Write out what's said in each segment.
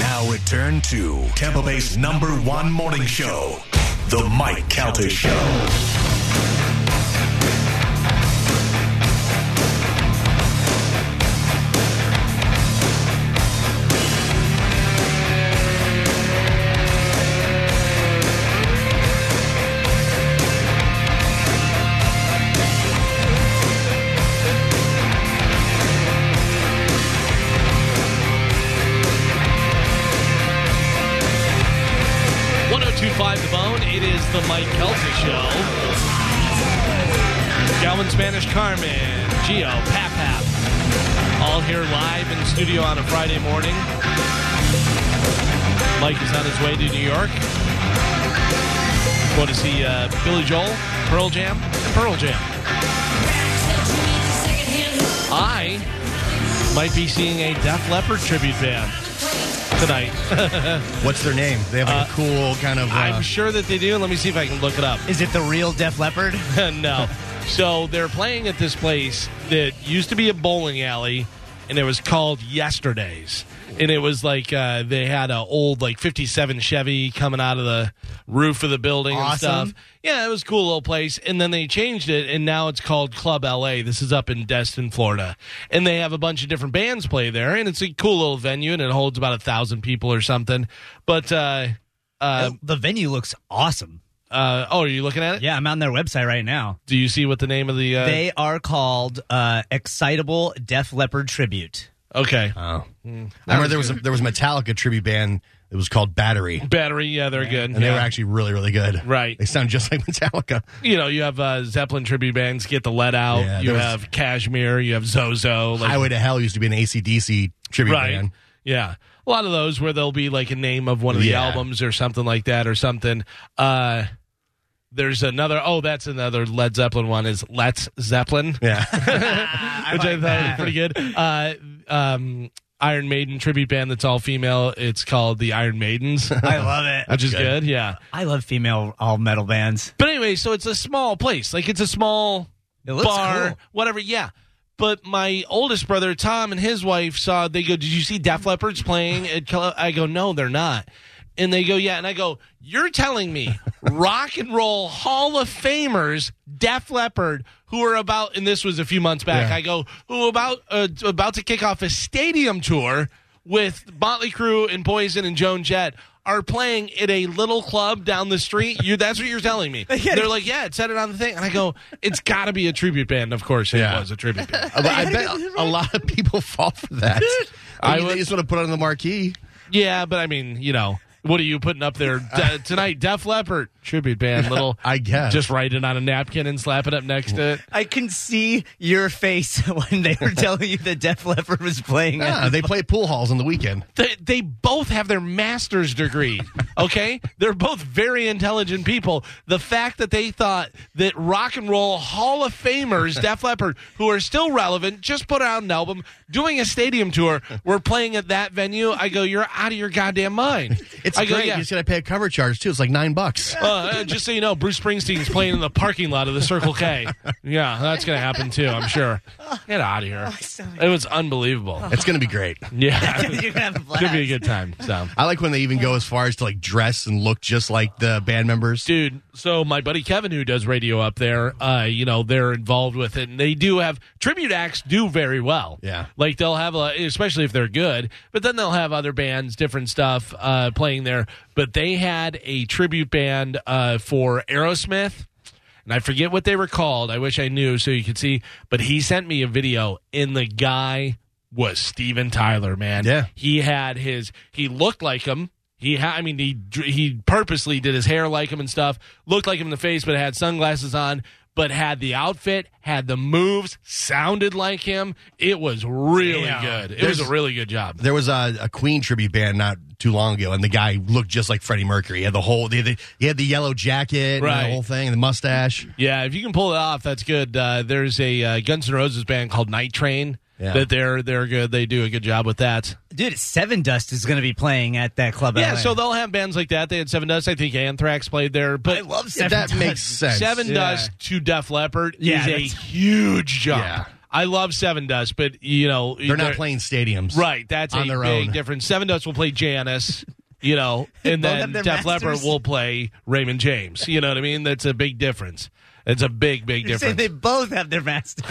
Now return to Tampa Bay's number one morning show, The Mike Calter Show. oh The Bone. It is the Mike Kelty Show. Galvin Spanish Carmen, Geo, Pap Pap, all here live in studio on a Friday morning. Mike is on his way to New York. What is he? Uh, Billy Joel, Pearl Jam, Pearl Jam. I might be seeing a Def Leppard tribute band tonight. What's their name? They have like a cool kind of. Uh, I'm sure that they do. Let me see if I can look it up. is it the real Def Leppard? no. So they're playing at this place that used to be a bowling alley, and it was called Yesterday's. And it was like uh, they had an old like '57 Chevy coming out of the roof of the building and Awesome. stuff. Yeah, it was a cool little place. And then they changed it, and now it's called Club LA. This is up in Destin, Florida, and they have a bunch of different bands play there, and it's a cool little venue, and it holds about a thousand people or something. But uh, uh, the venue looks awesome. uh, oh, are you looking at it? Yeah, I'm on their website right now. Do you see what the name of the? Uh, They are called uh, Excitable Def Leppard Tribute. okay. Oh, I remember there was a, there was a Metallica tribute band. It was called Battery, and Battery, yeah, they're good. they yeah. were actually really really good. Right. They sound just like Metallica. you know, you have uh, Zeppelin tribute bands, Get the Lead Out. Yeah, you there was- have Cashmere. You have Zozo. Like, Highway to Hell used to be an ACDC tribute right? band. Yeah, a lot of those where there'll be like a name of one of the Yeah. albums or something like that, or something. Uh, there's another. Oh, that's another Led Zeppelin one. Is Let's Zeppelin, Yeah. which I thought was pretty good. Uh, um, Iron Maiden tribute band that's all female. It's called the Iron Maidens, Uh-huh. I love it. which is good. Yeah. I love female all metal bands. But anyway, so it's a small place. Like it's a small It looks bar, cool. whatever. Yeah. But my oldest brother Tom and his wife saw. They go, "Did you see Def Leppard's playing?" At Cal-" I go, "No, they're not." And they go, "Yeah." And I go, "You're telling me rock and roll Hall of Famers Def Leppard, who are about and this was a few months back. Yeah. I go, who about uh, about to kick off a stadium tour with Motley Crue and Poison and Joan Jett." Are playing at a little club down the street. You, that's what you're telling me. They're like, yeah, it said it on the thing, and I go, it's got to be a tribute band. Of course, it Yeah. was a tribute band. But I bet a lot of people fall for that. I I mean, would- they just want to put it on the marquee. Yeah, but I mean, you know, what are you putting up there De- tonight? Def Leppard tribute band, little. I guess. Just write it on a napkin and slap it up next to it. I can see your face when they were telling you that Def Leppard was playing. Yeah, they play pool halls on the weekend. They, they both have their master's degree. Okay, they're both very intelligent people. The fact that they thought that rock and roll Hall of Famers, Def Leppard, who are still relevant, just put out an album, doing a stadium tour, were playing at that venue. I go, you're out of your goddamn mind. It's I great. go, yeah. You just got to pay a cover charge too. It's like nine bucks. Uh, uh, just so you know, Bruce Springsteen's playing in the parking lot of the Circle K. Yeah, that's going to happen too, I'm sure. Get out of here. Oh, It was unbelievable. It's gonna be great. Yeah. You're gonna have a blast. Could be a good time. So, I like when they even go as far as to like dress and look just like the band members. dude, so my buddy Kevin, who does radio up there, uh, you know, they're involved with it, and they do have tribute acts do very well. Yeah. like they'll have a, especially if they're good, but then they'll have other bands, different stuff uh, playing there. But they had a tribute band uh, for Aerosmith. and I forget what they were called. I wish I knew so you could see. But he sent me a video, and the guy was Steven Tyler, man. Yeah. he had his. He looked like him. He, ha- I mean, he dr- he purposely did his hair like him and stuff. Looked like him in the face, but had sunglasses on. but had the outfit, had the moves, sounded like him. It was really good. It was There's- a really good job. There was a, a Queen tribute band not too long ago, and the guy looked just like Freddie Mercury. He had the whole, the, the, he had the yellow jacket, and Right. the whole thing, and the mustache. Yeah, if you can pull it off, that's good. Uh, there's a uh, Guns N' Roses band called Night Train Yeah. that they're they're good. They do a good job with that. Dude, Seven Dust is going to be playing at that club. Yeah, LA. so they'll have bands like that. They had Seven Dust. I think Anthrax played there, but Yeah, that makes sense. Seven Yeah. Dust to Def Leppard Yeah, is a that's- huge jump. Yeah. I love Seven Dust, but you know They're not playing stadiums, Right, that's on a their big own. difference. Seven Dust will play Janis, you know, and They'll then have their Def Leppard masters. will play Raymond James. You know what I mean? That's a big difference. It's a big, big You say difference. they both have their masters.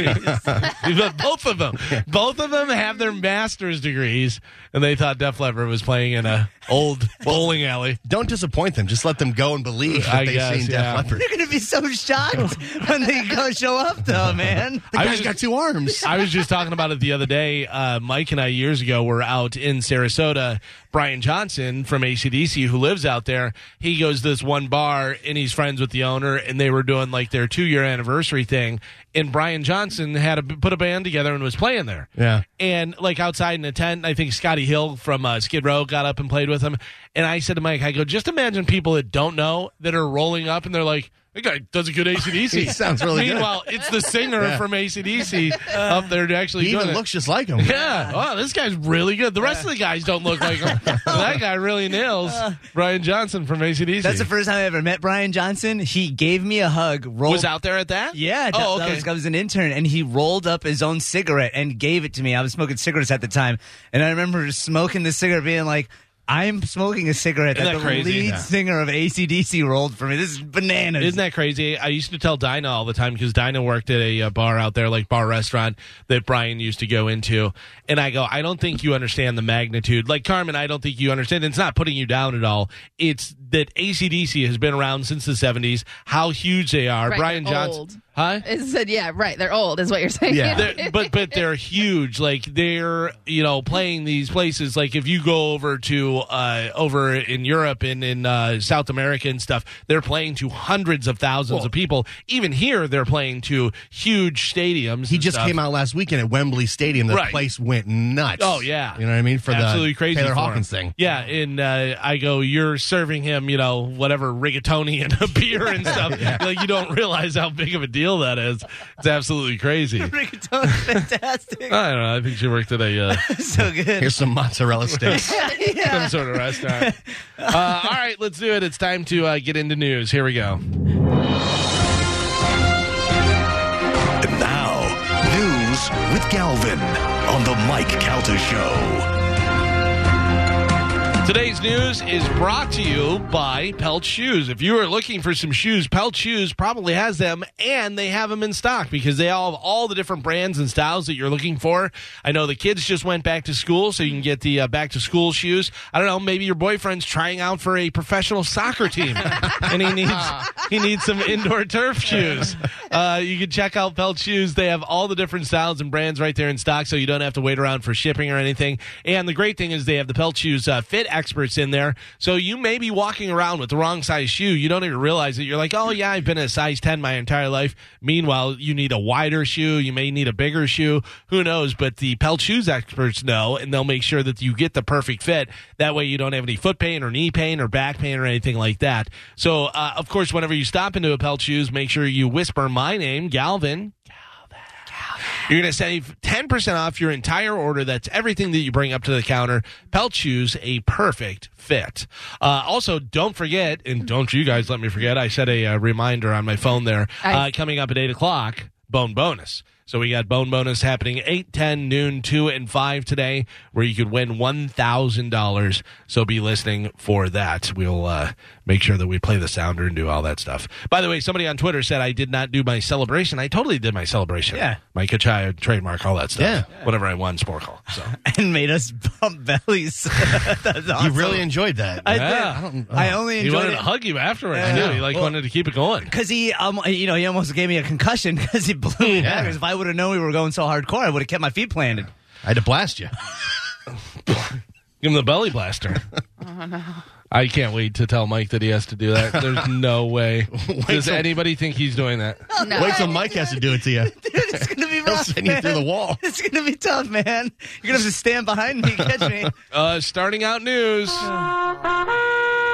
But both of them, both of them have their master's degrees, and they thought Def Leppard was playing in a old bowling alley. Don't disappoint them. Just let them go and believe that I they've guess, seen yeah. Def Leppard. They're going to be so shocked when they go show up, though, man. The I guy's was- got two arms. I was just talking about it the other day. Uh, Mike and I years ago were out in Sarasota. Brian Johnson from ACDC, who lives out there, he goes to this one bar and he's friends with the owner, and they were doing like their two year anniversary thing. And Brian Johnson had a, put a band together and was playing there. Yeah. And like outside in a tent, I think Scotty Hill from uh, Skid Row got up and played with him. And I said to Mike, I go, just imagine people that don't know that are rolling up and they're like, that guy does a good ACDC. He sounds really good. Meanwhile, it's the singer Yeah. from ACDC up there to actually He doing even it. looks just like him. yeah. Wow, this guy's really good. The rest of the guys don't look like him. that guy really nails Brian Johnson from ACDC. That's the first time I ever met Brian Johnson. He gave me a hug, rolled was out there at that? Yeah, that, Oh, that okay. was, I was an intern, and he rolled up his own cigarette and gave it to me. I was smoking cigarettes at the time, and I remember smoking the cigarette, being like, "I'm smoking a cigarette Isn't that that, the crazy? lead Yeah. singer of ACDC rolled for me. This is bananas." Isn't that crazy? I used to tell Dinah all the time because Dinah worked at a uh, bar out there, like bar restaurant that Brian used to go into. And I go, I don't think you understand the magnitude. Like Carmen, I don't think you understand. It's not putting you down at all. It's that ACDC has been around since the 70s, how huge they are. Right, Brian they're Johnson. old. Huh? It said, yeah, right. They're old, is what you're saying. Yeah. They're- but but they're huge. Like they're you know playing these places. Like if you go over to uh, over in Europe and in uh, South America and stuff, they're playing to hundreds of thousands of people. Even here, they're playing to huge stadiums. He just came out last weekend at Wembley Stadium. The Right. place went nuts. Oh yeah, you know what I mean for absolutely the crazy Taylor for Hawkins him. thing. Yeah, and uh, I go, you're serving him, you know, whatever rigatoni and a beer and stuff. Like you don't realize how big of a deal that is. It's absolutely crazy. I Rigatoni's fantastic? don't know. I think she worked at a. Uh, so good. Here's some mozzarella sticks. some sort of restaurant. uh, all right, let's do it. It's time to uh, get into news. Here we go. And now, news with Galvin on the Mike Calter Show. Today's news is brought to you by Pelt Shoes. If you are looking for some shoes, Pelt Shoes probably has them and they have them in stock because they all have all the different brands and styles that you're looking for. I know the kids just went back to school, so you can get the uh, back to school shoes. I don't know, maybe your boyfriend's trying out for a professional soccer team and he needs he needs some indoor turf shoes. Uh, you can check out Pelt Shoes. They have all the different styles and brands right there in stock, so you don't have to wait around for shipping or anything. And the great thing is they have the Pelt Shoes uh, fit experts in there, so you may be walking around with the wrong size shoe. You don't even realize it. You're like, oh, yeah, I've been a size 10 my entire life. Meanwhile, you need a wider shoe. You may need a bigger shoe. Who knows? But the Pelt Shoes experts know, and they'll make sure that you get the perfect fit. That way, you don't have any foot pain or knee pain or back pain or anything like that. So, uh, of course, whenever you stop into a Pelt Shoes, make sure you whisper my name, Galvin. You're going to save 10% off your entire order. That's everything that you bring up to the counter. Pelt shoes, a perfect fit. Uh, also, don't forget, and don't you guys let me forget, I set a uh, reminder on my phone there. I- Uh, coming up at 8 o'clock, Bone Bonus. So we got Bone Bonus happening 8, 10, noon, 2, and 5 today, where you could win $1,000. So be listening for that. We'll uh, make sure that we play the sounder and do all that stuff. By the way, somebody on Twitter said I did not do my celebration. I totally did my celebration. Yeah. Mike Kachaya trademark, all that stuff. Yeah. Whenever I won Sport Call. So and made us bump bellies. That's awesome. You really enjoyed that. I, Yeah. did. I, don't, I only he enjoyed wanted it. to hug you afterwards. Yeah. too. He like Well- wanted to keep it going. Because he, um, you know, he almost gave me a concussion because he blew me back. 'Cause If I would have known we were going so hardcore, I would have kept my feet planted. I had to blast you. Give him the belly blaster. I can't wait to tell Mike that he has to do that. There's no way. Does till- anybody think he's doing that? No. Wait till Mike has to do it to you. It's gonna be He'll rough. send you through the man. wall. It's gonna be tough, man. You're gonna have to stand behind me, catch me. Uh, starting out news. The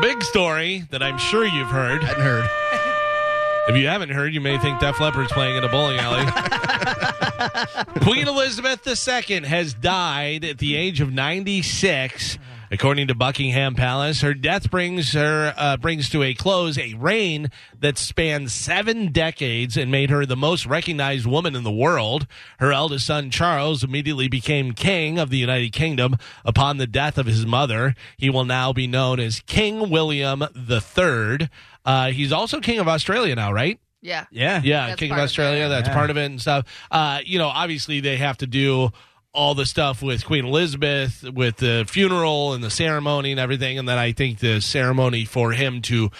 big story that I'm sure you've heard. I heard. If you haven't heard, you may think Def Leppard's playing in a bowling alley. Queen Elizabeth II has died at the age of 96. According to Buckingham Palace, her death brings her uh, brings to a close a reign that spanned seven decades and made her the most recognized woman in the world. Her eldest son Charles immediately became king of the United Kingdom upon the death of his mother. He will now be known as King William III. Uh, he's also king of Australia now, right? Yeah. Yeah. Yeah, That's King of part of Australia. it. That's part of it and stuff. Uh, you know, obviously they have to do all the stuff with Queen Elizabeth, with the funeral and the ceremony and everything. And then I think the ceremony for him to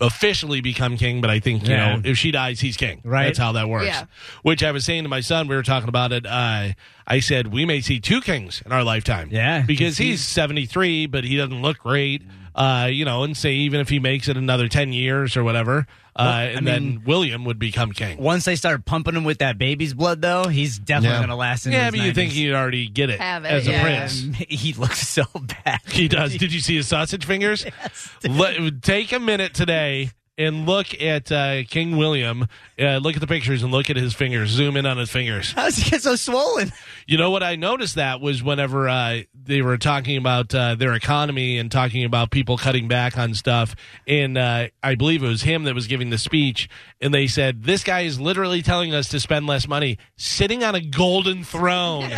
officially become king. But I think Yeah. you know, if she dies, he's king. Right. That's how that works. Yeah. Which I was saying to my son, we were talking about it. Uh, I said we may see two kings in our lifetime. Yeah. because he's seventy three, but he doesn't look great. Uh, you know, and say even if he makes it another ten years or whatever, uh, and then William would become king. Once they start pumping him with that baby's blood, though, he's definitely Yeah. gonna last. Into Yeah, his but you 90s. think he'd already get it, Have it, as a yeah. prince. He looks so bad. He does. Did you see his sausage fingers? Let, take a minute today and look at uh, King William. Uh, look at the pictures and look at his fingers. Zoom in on his fingers. How does he get so swollen? You know what I noticed that was whenever uh, they were talking about uh, their economy and talking about people cutting back on stuff, and uh, I believe it was him that was giving the speech, and they said this guy is literally telling us to spend less money, sitting on a golden throne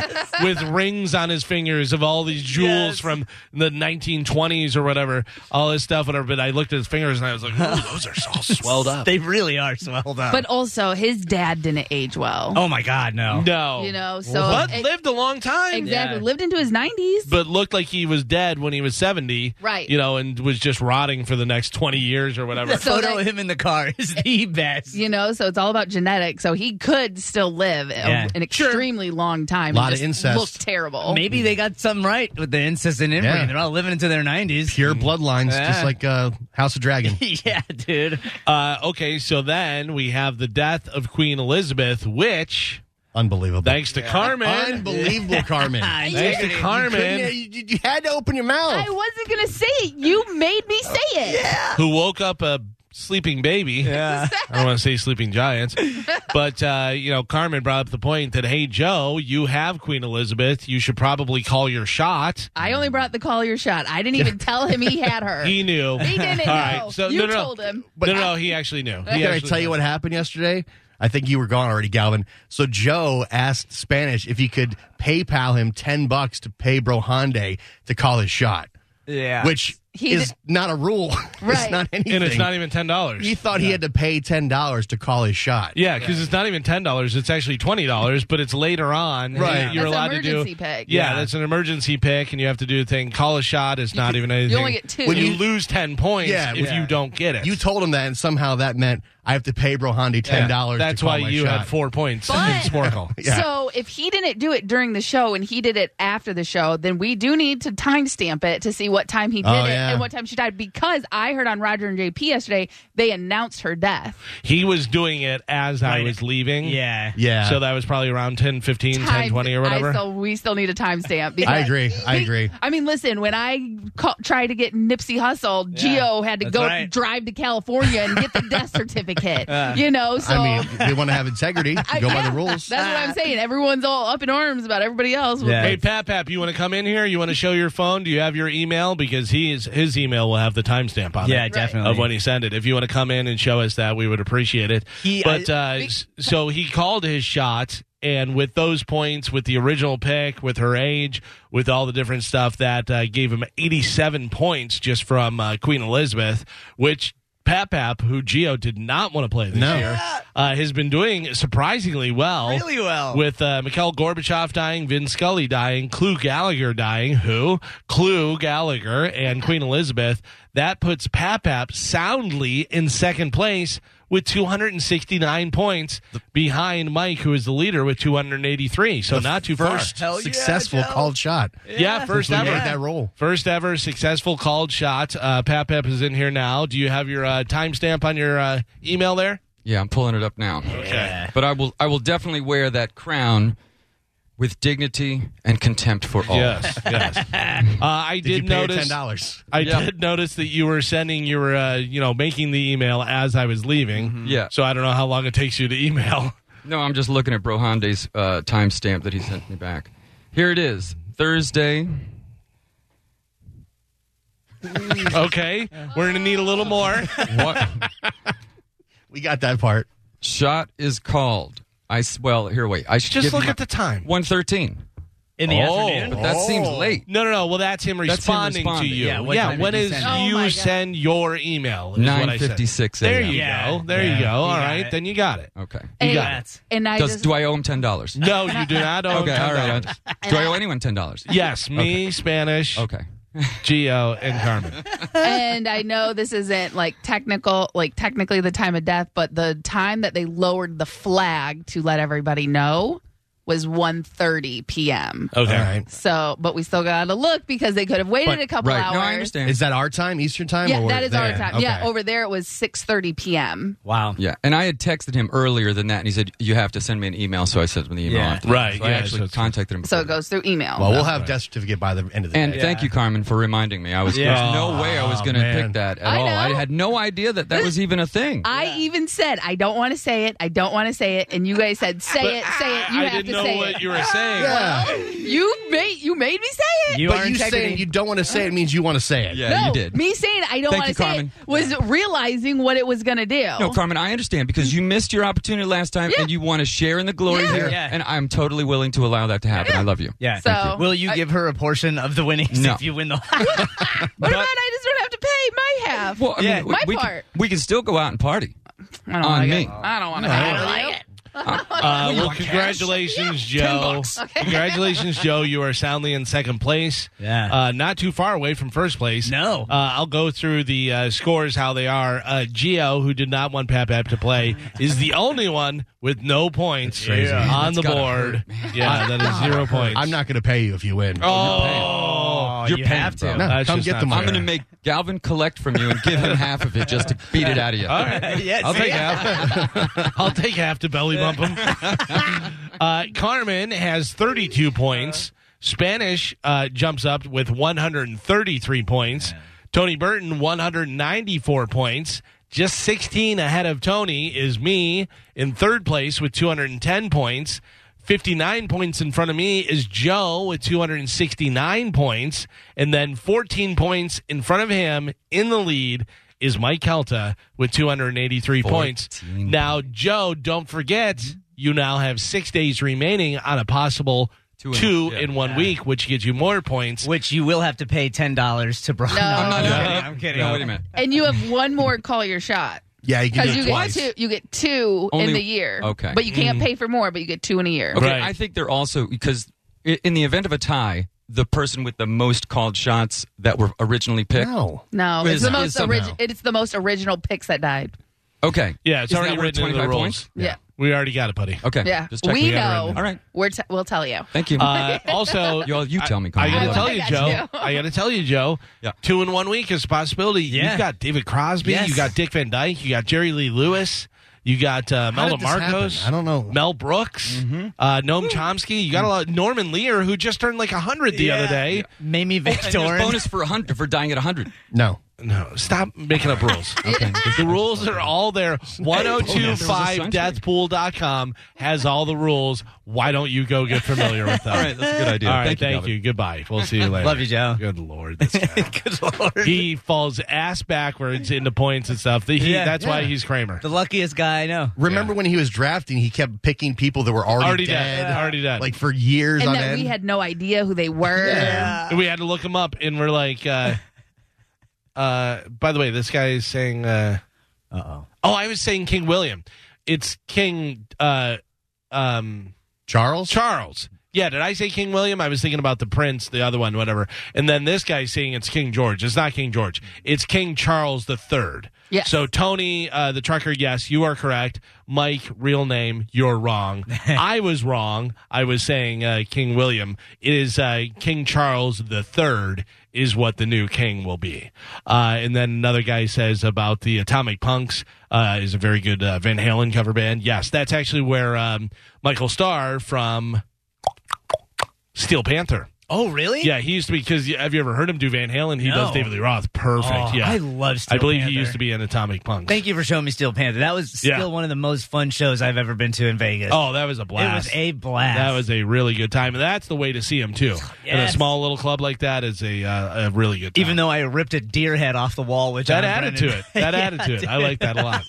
with rings on his fingers of all these jewels Yes. from the 1920s or whatever, all this stuff, whatever. But I looked at his fingers and I was like, Ooh, those are all swelled up. They really are swelled up. But also, his dad didn't age well. oh my God, no. no, You know, so but it- lived a long time. Exactly. Yeah. Lived into his 90s. but looked like he was dead when he was 70. Right. You know, and was just rotting for the next 20 years or whatever. The So photo that- of him in the car is the best. you know, so it's all about genetics. So he could still live a- Yeah. an extremely long time. and Lot of just incest. Look terrible. Maybe they got something right with the incest and inbreeding. Yeah. They're all living into their nineties. Mm. Pure bloodlines, Yeah. just like uh, House of Dragon. yeah, dude. uh, okay, so then we have the death of Queen Elizabeth, which, Unbelievable. thanks to Carmen. Unbelievable, Carmen. I Thanks to Carmen, Couldn't- you, you had to open your mouth. I wasn't going to say it. You made me say it. who woke up a sleeping baby. Yeah. I don't want to say sleeping giants. But, uh, you know, Carmen brought up the point that, hey, Joe, you have Queen Elizabeth. You should probably call your shot. I only brought the call your shot. I didn't even tell him he had her. He knew. He didn't All know. right. So, you no, no, no. told him. no, no, he actually knew. He Can I actually tell you knew. what happened yesterday? I think you were gone already, Galvin. So Joe asked Spanish if he could PayPal him ten bucks to pay Brohande to call his shot, Yeah. which He is did- not a rule. Right. it's not anything. And it's not even $10. he thought he had to pay ten dollars to call his shot. Yeah, because it's not even ten dollars; it's actually twenty dollars. But it's later on, Right. You're That's allowed to do. emergency pick. Yeah, Yeah. that's an emergency pick, and you have to do a thing. Call a shot. It's not even anything. only get two. When you You- lose ten points, Yeah, if yeah. you don't get it, You told him that, and somehow that meant I have to pay Brohande Yeah. ten dollars. That's to call why my you shot. had four points But- in Sporkle. Yeah. So if he didn't do it during the show and he did it after the show, then we do need to timestamp it to see what time he did Oh, it yeah. and what time she died. Because I heard on Roger and JP yesterday they announced her death. He was doing it as I Right. was leaving. yeah. Yeah. So that was probably around 10, 15, 10, 20 or Time- whatever. I still, we still need a timestamp. because- I agree. I agree. I mean, listen, when I call, tried to get Nipsey Hussle, Geo had to that's go right. drive to California and get the death certificate. you know, so I mean, we want to have integrity. I- go by yeah, the rules. That's what I'm saying. Everyone's all up in arms about everybody else. Yeah. Hey, Pap Pap, you want to come in here? You want to show your phone? Do you have your email? Because he is, his email will have the timestamp on it. Yeah, definitely. Of when he sent it. If you want to come in and show us that, we would appreciate it. He- but uh, s- so he called his shot, and with those points, with the original pick, with her age, with all the different stuff, that uh, gave him 87 points just from uh, Queen Elizabeth, which. Pap Pap, who Geo did not want to play this No. year, uh, has been doing surprisingly well Really well. with uh, Mikhail Gorbachev dying, Vin Scully dying, Clue Gallagher dying, who? Clue Gallagher and Queen Elizabeth. That puts Papap soundly in second place with 269 points behind Mike, who is the leader with 283. So not too First far. Hell yeah, successful Joe. called shot. Yeah, first Since we ever. made that roll. First ever successful called shot. Uh, Pat Pep is in here now. Do you have your uh, timestamp on your uh, email there? Yeah, I'm pulling it up now. Okay. But I will I will definitely wear that crown with dignity and contempt for all. Yes, yes. Uh, I did, Did, you pay her notice. ten dollars? I Yeah. did notice that you were sending, you were, uh, you know, making the email as I was leaving. Yeah. So I don't know how long it takes you to email. No, I'm just looking at Brohande's uh, timestamp that he sent me back. Here it is. Thursday. okay. We're going to need a little more. What We got that part. shot is called? I s- well, here wait. I should Just give look him at the time. 113. in the Oh. afternoon. But that seems late. No, no, no. Well, that's him him responding, responding. to you. Yeah, what time when did he is send it? you Oh, my God. send your email? is what I said. 9:56 There a.m. you Yeah, go. There yeah, you go. you All got right, it. then you got it. Okay. And, got it. and I Does just do I owe him ten dollars? No, you do not owe him Okay, all right. $10. Do I owe anyone ten dollars? Yes, me, Spanish, Okay. Geo, and Carmen. and I know this isn't like technical, like technically the time of death, but the time that they lowered the flag to let everybody know was 1.30 p.m. Okay. All right. So, but we still got to look because they could have waited But- a couple Right. hours. No, I understand. Is that our time, Eastern time? Yeah, or that is our there? time. Okay. Yeah, over there it was 6:30 p.m. Wow. Yeah, and I had texted him earlier than that, and he said you have to send me an email. So I sent him the email. Yeah. after that. Right, So I yeah, actually so it's- contacted him. So before it that. goes through email. Well, we'll have death certificate by the end of the And day. thank you, Carmen, for reminding me. I was Yeah. there's no way I was going to man. pick that at I all. I know. had no idea that that was even a thing. I even said I don't want to say it. I don't want to say it, and you guys said say it, say it. You I have didn't to know say what it. you were saying. Yeah. you made you made me say it. You are But you integrity. saying you don't want to say it means you want to say it. yeah, no, you did. me saying I don't Thank want you, to say Carmen. it was realizing what it was going to do. No, Carmen, I understand because you missed your opportunity last time, Yeah. and you want to share in the glory Yeah. here. Yeah. And I'm totally willing to allow that to happen. I love you. Yeah. So- Thank you. will you I- give her a portion of the winnings No. if you win the? what about I just don't have to pay my half? Well, I Yeah. mean, we, My we part. Can, we can still go out and party. I don't on like me. It. I don't want to. I don't like it. Uh, well, congratulations, Joe. Congratulations, Joe. You are soundly in second place. Yeah. Uh, not too far away from first place. No. Uh, I'll go through the uh, scores, how they are. Uh, Geo, who did not want Papap to play, is the only one with no points on the That's gotta board. yeah, that is zero points. I'm not going to pay you if you win. Oh, You're you paying, have to. bro. No, that's come just get not the fair. money. I'm going to make Galvin collect from you and give him half of it just to beat it out of you. All right. Yes, Uh, I'll take yeah. half. I'll take half to belly bump him. uh, Carmen has 32 points. Spanish uh, jumps up with 133 points. Tony Burton 194 points. Just 16 ahead of Tony is me in third place with 210 points. 59 points in front of me is Joe with 269 points. And then 14 points in front of him in the lead is Mike Calta with 283 points. Now, Joe, don't forget, you now have six days remaining on a possible two Two in, in- yeah. one week, which gets you more points. Which you will have to pay ten dollars to Brian. No. I'm not doing it. I'm kidding. No, wait a minute. And you have one more call your shot yeah, you can do because it you get twice. two. You get two Only- in the year. okay. Mm. but you can't pay for more. But you get two in a year. Okay, Right. I think they're also because i- in the event of a tie, the person with the most called shots that were originally picked. No. No, it's Is- the is most somehow. original. It's the most original picks that died. Okay. Yeah, it's Isn't already that worth written into the 25 rules. points? Yeah, We already got it, buddy. Okay. yeah. Just check. got we it know. written. All right. We're t- we'll tell you. Thank you. Uh, also, you all, you tell me. I Colin. gotta I tell will. you, I got Joe. you. I gotta tell you, Joe. Yeah. Two in one week is a possibility. Yeah. You've got David Crosby. Yes. You got Dick Van Dyke. You got Jerry Lee Lewis. You got uh, How Mel did this happen? Marcos. I don't know. Mel Brooks. Uh, Noam Chomsky. You got a lot. Norman Lear, who just turned like hundred the other day. Mamie And there's Victorin. bonus for a hundred for dying at a hundred. No. No, stop making up rules. okay. The rules are all there. 1025deathpool.com has all the rules. Why don't you go get familiar with them? all right, That's a good idea. All right, thank, you. Galvin. Goodbye. We'll see you later. Love you, Joe. Good lord, this guy. Good lord. he falls ass backwards into points and stuff. The- he- Yeah. that's why he's Kramer. the luckiest guy I know. Remember when he was drafting, he kept picking people that were already, Already dead. Already dead. Like for years and on that end. we had no idea who they were. And we had to look him up, and we're like, uh, uh, by the way, this guy is saying, uh, Uh oh, I was saying King William. It's King uh, um, Charles? Charles. Yeah, did I say King William? I was thinking about the prince, the other one, whatever. And then this guy's saying it's King George. It's not King George. It's King Charles the Third. Yes. So Tony, uh, the trucker, yes, you are correct. Mike, real name, you're wrong. I was wrong. I was saying uh, King William. It is uh, King Charles the Third is what the new king will be. Uh, and then another guy says about the Atomic Punks uh, is a very good uh, Van Halen cover band. Yes, that's actually where um, Michael Starr from Steel Panther. Oh, really? Yeah, he used to be because have you ever heard him do Van Halen? He No. does David Lee Roth. Perfect. Oh, yeah, I love Steel I believe he Panther. used to be in Atomic Punks. Thank you for showing me Steel Panther. That was still Yeah. one of the most fun shows I've ever been to in Vegas. Oh, that was a it was blast. a blast. That was a really good time, and that's the way to see him too. In a Yes. small little club like that is a uh, a really good. Time. even though I ripped a deer head off the wall, which that I added to it. That added to it. I like that a lot.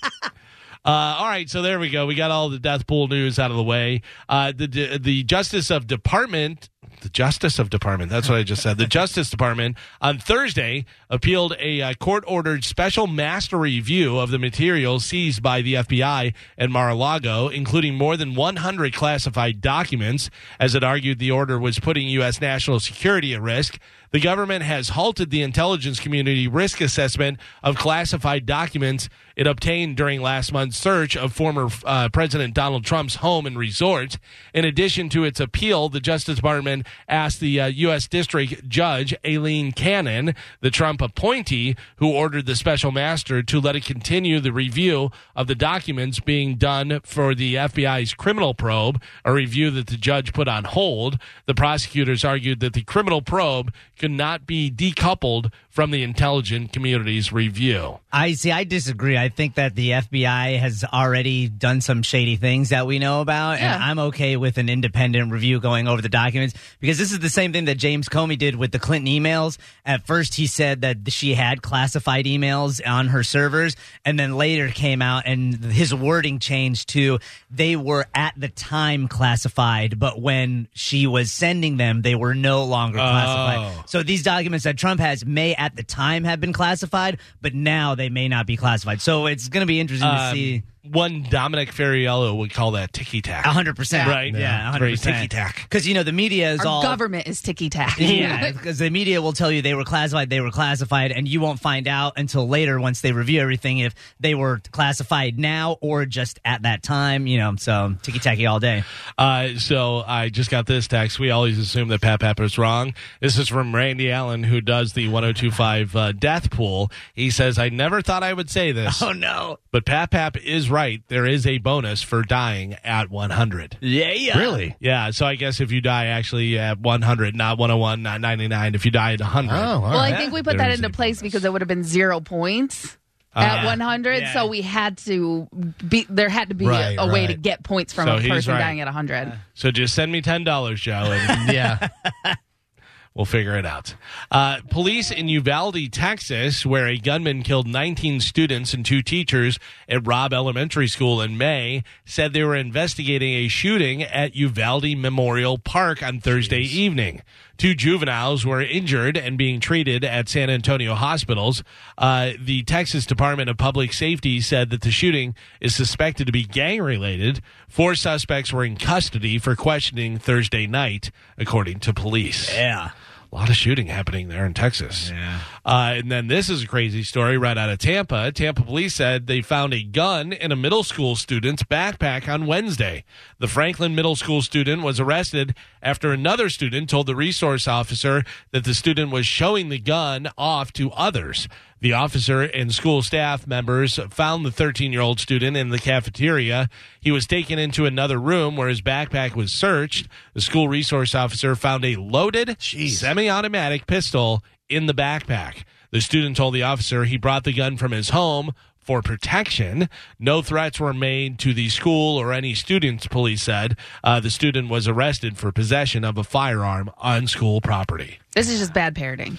Uh, all right, so there we go. We got all the death pool news out of the way. Uh, the the Justice of Department, the Justice of Department. That's what I just said. The Justice Department on Thursday appealed a uh, court ordered special master review of the materials seized by the FBI and Mar-a-Lago, including more than 100 classified documents, as it argued the order was putting U.S. national security at risk. The government has halted the intelligence community risk assessment of classified documents it obtained during last month's search of former uh, President Donald Trump's home and resort. In addition to its appeal, the Justice Department asked the uh, U.S. District Judge Aileen Cannon, the Trump appointee who ordered the special master, to let it continue the review of the documents being done for the FBI's criminal probe, a review that the judge put on hold. The prosecutors argued that the criminal probe could not be decoupled from the intelligence community's review. I see. I disagree. I think that the FBI has already done some shady things that we know about, and Yeah. I'm okay with an independent review going over the documents because this is the same thing that James Comey did with the Clinton emails. At first, he said that she had classified emails on her servers, and then later came out and his wording changed to they were at the time classified, but when she was sending them, they were no longer classified. So these documents that Trump has may at the time have been classified, but now they may not be classified. So it's going to be interesting to see. one Dominic Ferriello would call that ticky tack. 100%. Right. Yeah, Yeah. 100%. Very ticky-tack. Because, you know, the media is Our all. government is ticky tack. Yeah, because the media will tell you they were classified, they were classified, and you won't find out until later once they review everything if they were classified now or just at that time, you know. So ticky tacky all day. Uh, so I just got this text. We always assume that Pat Pepper is wrong. This is from Randy Allen, who does the 1025 uh, Death Pool. He says, I never thought I would say this, Oh, no. but Pat Pap is right. There is a bonus for dying at 100. Yeah, yeah. Really? Yeah, so I guess if you die actually at 100, not 101, not 99, if you die at 100. Oh, all Well, I right. think we put There that is into a Ah, place because it would have been zero points at 100. Yeah. So we had to be there had to be Right, a, a way to right. get points from So a he's person right. Ah. dying at 100. So just send me $10, Joe, and yeah. We'll figure it out. Uh, police in Uvalde, Texas, where a gunman killed 19 students and two teachers at Robb Elementary School in May, said they were investigating a shooting at Uvalde Memorial Park on Thursday evening. Two juveniles were injured and being treated at San Antonio hospitals. Uh, the Texas Department of Public Safety said that the shooting is suspected to be gang related. Four suspects were in custody for questioning Thursday night, according to police. Yeah. A lot of shooting happening there in Texas. Yeah. Uh, and then this is a crazy story right out of Tampa. Tampa police said they found a gun in a middle school student's backpack on Wednesday. The Franklin Middle School student was arrested after another student told the resource officer that the student was showing the gun off to others. The officer and school staff members found the 13 year old student in the cafeteria. He was taken into another room where his backpack was searched. The school resource officer found a loaded semi automatic pistol in the backpack. The student told the officer he brought the gun from his home for protection. No threats were made to the school or any students, police said. Uh, the student was arrested for possession of a firearm on school property. This is just bad parenting.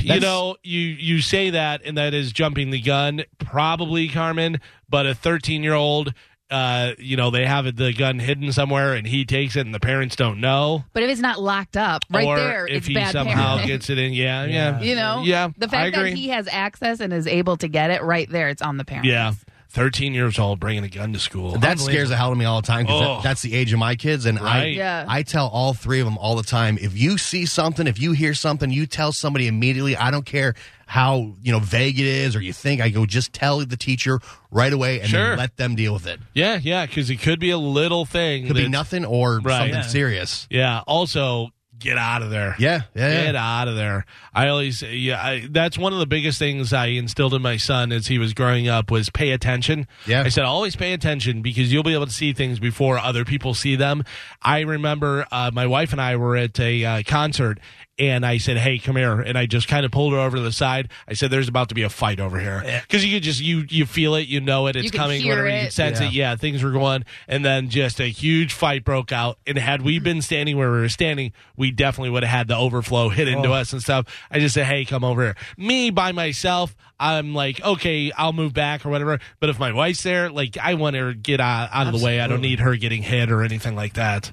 you know, you you say that, and that is jumping the gun, probably Carmen. But a thirteen year old, uh, you know, they have the gun hidden somewhere, and he takes it, and the parents don't know. But if it's not locked up right or there, if it's he bad somehow parenting. gets it in, yeah, yeah, you know, yeah. the I fact agree. that he has access and is able to get it right there, it's on the parents. yeah. 13 years old bringing a gun to school. That scares the hell out of me all the time because Oh. that's the age of my kids, and I Right. Yeah. I tell all three of them all the time: if you see something, if you hear something, you tell somebody immediately. I don't care how you know vague it is or you think. I go just tell the teacher right away and Sure. then let them deal with it. Yeah, yeah, because it could be a little thing. Could be that's- nothing or Right. something Yeah. serious. Yeah. Also, get out of there. Yeah, yeah, Get out of there. I always, yeah, I, that's one of the biggest things I instilled in my son as he was growing up was pay attention. Yeah. I said, always pay attention because you'll be able to see things before other people see them. I remember uh, my wife and I were at a uh, concert and I said, hey, come here. And I just kind of pulled her over to the side. I said, there's about to be a fight over here. Because you could just, you you feel it, you know it, it's can coming, hear whatever, you it. can sense it. Yeah, things were going. And then just a huge fight broke out. And had we been standing where we were standing, we definitely would have had the overflow hit into us and stuff. I just said, hey, come over here. Me by myself, I'm like, okay, I'll move back or whatever. But if my wife's there, like, I want her to get out, out of the way. I don't need her getting hit or anything like that.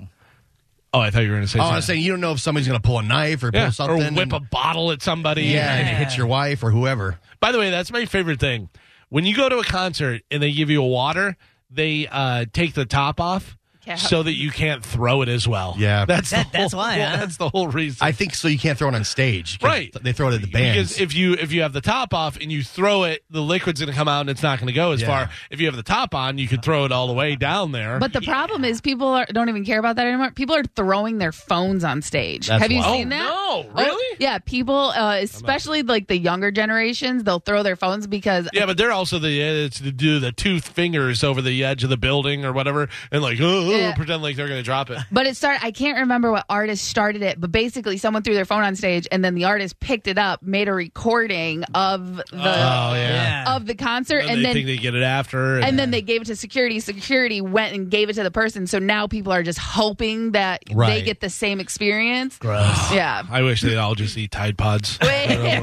Oh, I thought you were going to say Oh, I was something. saying you don't know if somebody's going to pull a knife or Yeah, pull or something. whip a and- bottle at somebody. yeah, and hit your wife or whoever. By the way, that's my favorite thing. When you go to a concert and they give you a water, they uh, take the top off Cap. so that you can't throw it as well. Yeah. that's the That- whole, that's why, huh? That's the whole reason. I think so. You can't throw it on stage. 'cause Right. They throw it at the bands. because if you if you have the top off and you throw it, the liquid's going to come out and it's not going to go as Yeah. far. If you have the top on, you could throw it all the way down there. But the problem is people are, don't even care about that anymore. People are throwing their phones on stage. That's Have you why. seen that? no, Oh, really? yeah, people, uh, especially like the younger generations, they'll throw their phones because yeah, but they're also the uh, it's to do the two fingers over the edge of the building or whatever, and like oh, oh, Yeah. pretend like they're going to drop it. But it started. I can't remember what artist started it, but basically, someone threw their phone on stage, and then the artist picked it up, made a recording of the yeah. of the concert, Oh, And, Uh, and they then think they get it after, and then they gave it to security. Security went and gave it to the person. So now people are just hoping that they Right. get the same experience. Yeah. I wish they'd all just eat Tide Pods. Good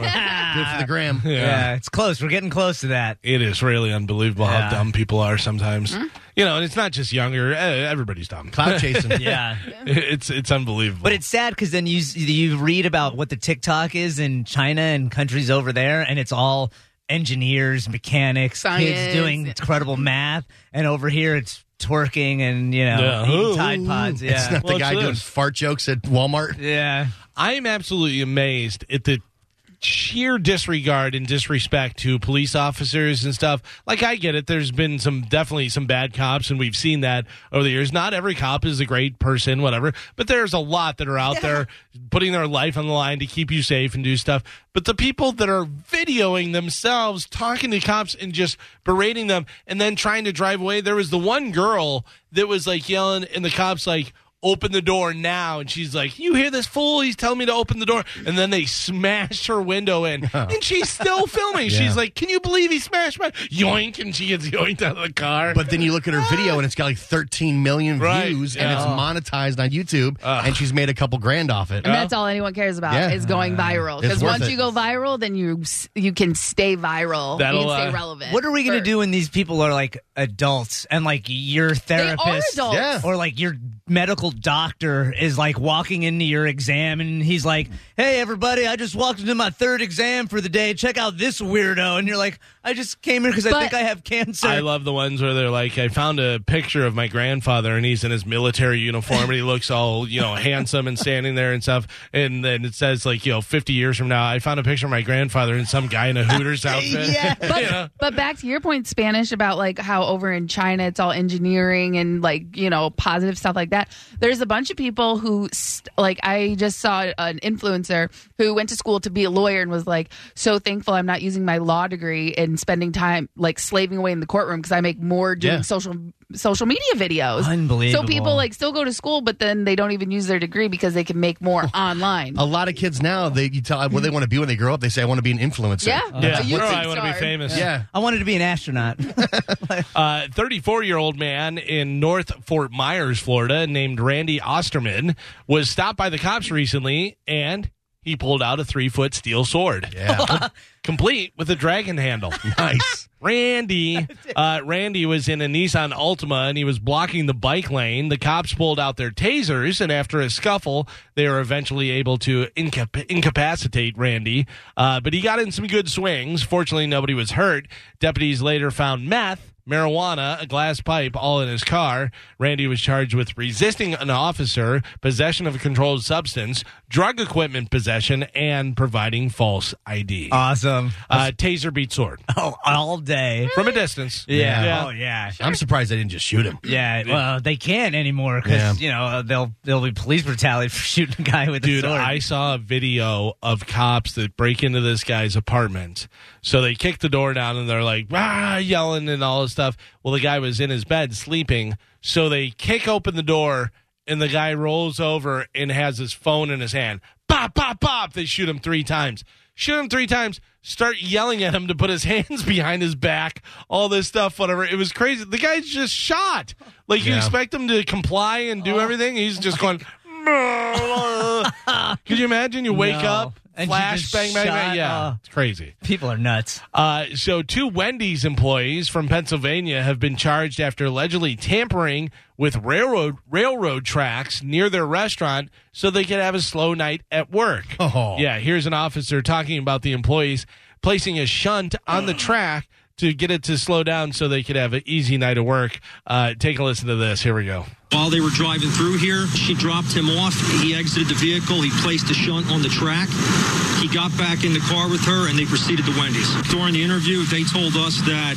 for the gram. Yeah. it's close. We're getting close to that. It is really unbelievable how Yeah. dumb people are sometimes. You know, and it's not just younger. eh, Everybody's dumb. Cloud chasing. Yeah. It's it's unbelievable. But it's sad because then you you read about what the TikTok is in China and countries over there, and it's all engineers, mechanics, Science. kids doing incredible math, and over here it's twerking and you know Yeah. eating Ooh, Tide Pods. Yeah, It's not Well, the it's guy doing this. fart jokes at Walmart. yeah. I'm absolutely amazed at the sheer disregard and disrespect to police officers and stuff. Like I get it. There's been some definitely some bad cops and we've seen that over the years. Not every cop is a great person, whatever, but there's a lot that are out there putting their life on the line to keep you safe and do stuff. But the people that are videoing themselves talking to cops and just berating them and then trying to drive away. There was the one girl that was like yelling and the cops like open the door now and she's like you hear this fool he's telling me to open the door and then they smashed her window in and she's still filming she's like can you believe he smashed my yoink and she gets yoinked out of the car But then you look at her video and it's got like 13 million Right, views yeah. and it's monetized on YouTube and she's made a couple grand off it. And that's all anyone cares about Yeah. is going viral. It's Because worth once it. you go viral, then you s- you can stay viral. That'll, you can stay uh, relevant. What are we gonna for- do when these people are like adults and like your They are therapist? adults. Yeah. Or like your medical doctor is like walking into your exam and he's like, "Hey everybody, I just walked into my third exam for the day. Check out this weirdo." And you're like, "I just came here because I But- think I have cancer." I love the ones where they're like, I found a picture of my grandfather and he's in his military uniform and he looks all, you know, handsome and standing there and stuff. And then it says, like, you know, 50 years from now, I found a picture of my grandfather and some guy in a Hooters outfit. Yeah. But, Yeah. but back to your point, Spanish, about like how over in China it's all engineering and like, you know, positive stuff like that. There's a bunch of people who, st- like, I just saw an influencer who went to school to be a lawyer and was like, so thankful I'm not using my law degree and spending time like slaving away in the courtroom because I make more doing Yeah. social social media videos. Unbelievable. So people like still go to school, but then they don't even use their degree because they can make more online. A lot of kids now, they you tell what they want to be when they grow up, they say, I want to be an influencer. yeah. Yeah. A Or I YouTube want to be star. famous. Yeah. I wanted to be an astronaut. A 34 year old Uh, man in North Fort Myers, Florida, named Randy Osterman, was stopped by the cops recently and he pulled out a three foot steel sword, Yeah. complete with a dragon handle. nice. Randy, uh, Randy was in a Nissan Altima and he was blocking the bike lane. The cops pulled out their tasers, and after a scuffle, they were eventually able to incap- incapacitate Randy. Uh, but he got in some good swings. Fortunately, nobody was hurt. Deputies later found meth. marijuana, a glass pipe, all in his car. Randy was charged with resisting an officer, possession of a controlled substance, drug equipment possession, and providing false ID. Uh, Awesome. taser beat sword Oh, all day. from a distance. Yeah. Yeah. Oh, yeah. I'm surprised they didn't just shoot him. Yeah, well, they can't anymore Yeah. because you know they'll they'll be police brutality for shooting a guy with Dude, a sword. I saw a video of cops that break into this guy's apartment. So they kick the door down and they're like, ah, yelling and all this stuff. Well, the guy was in his bed sleeping. So they kick open the door and the guy rolls over and has his phone in his hand. Pop, pop, pop. They shoot him three times. Shoot him three times. Start yelling at him to put his hands behind his back. All this stuff, whatever. It was crazy. The guy's just shot. Like you Yeah. expect him to comply and do everything. He's just going. Could you imagine? You wake No. up, And you flash, just bang, bang, bang. shot, Yeah, uh, it's crazy. People are nuts. Uh, so, two Wendy's employees from Pennsylvania have been charged after allegedly tampering with railroad railroad tracks near their restaurant so they could have a slow night at work. Oh. Yeah, here's an officer talking about the employees placing a shunt on the track to get it to slow down so they could have an easy night of work. Uh, take a listen to this. Here we go. While they were driving through here, she dropped him off. He exited the vehicle. He placed a shunt on the track. He got back in the car with her, and they proceeded to Wendy's. During the interview, they told us that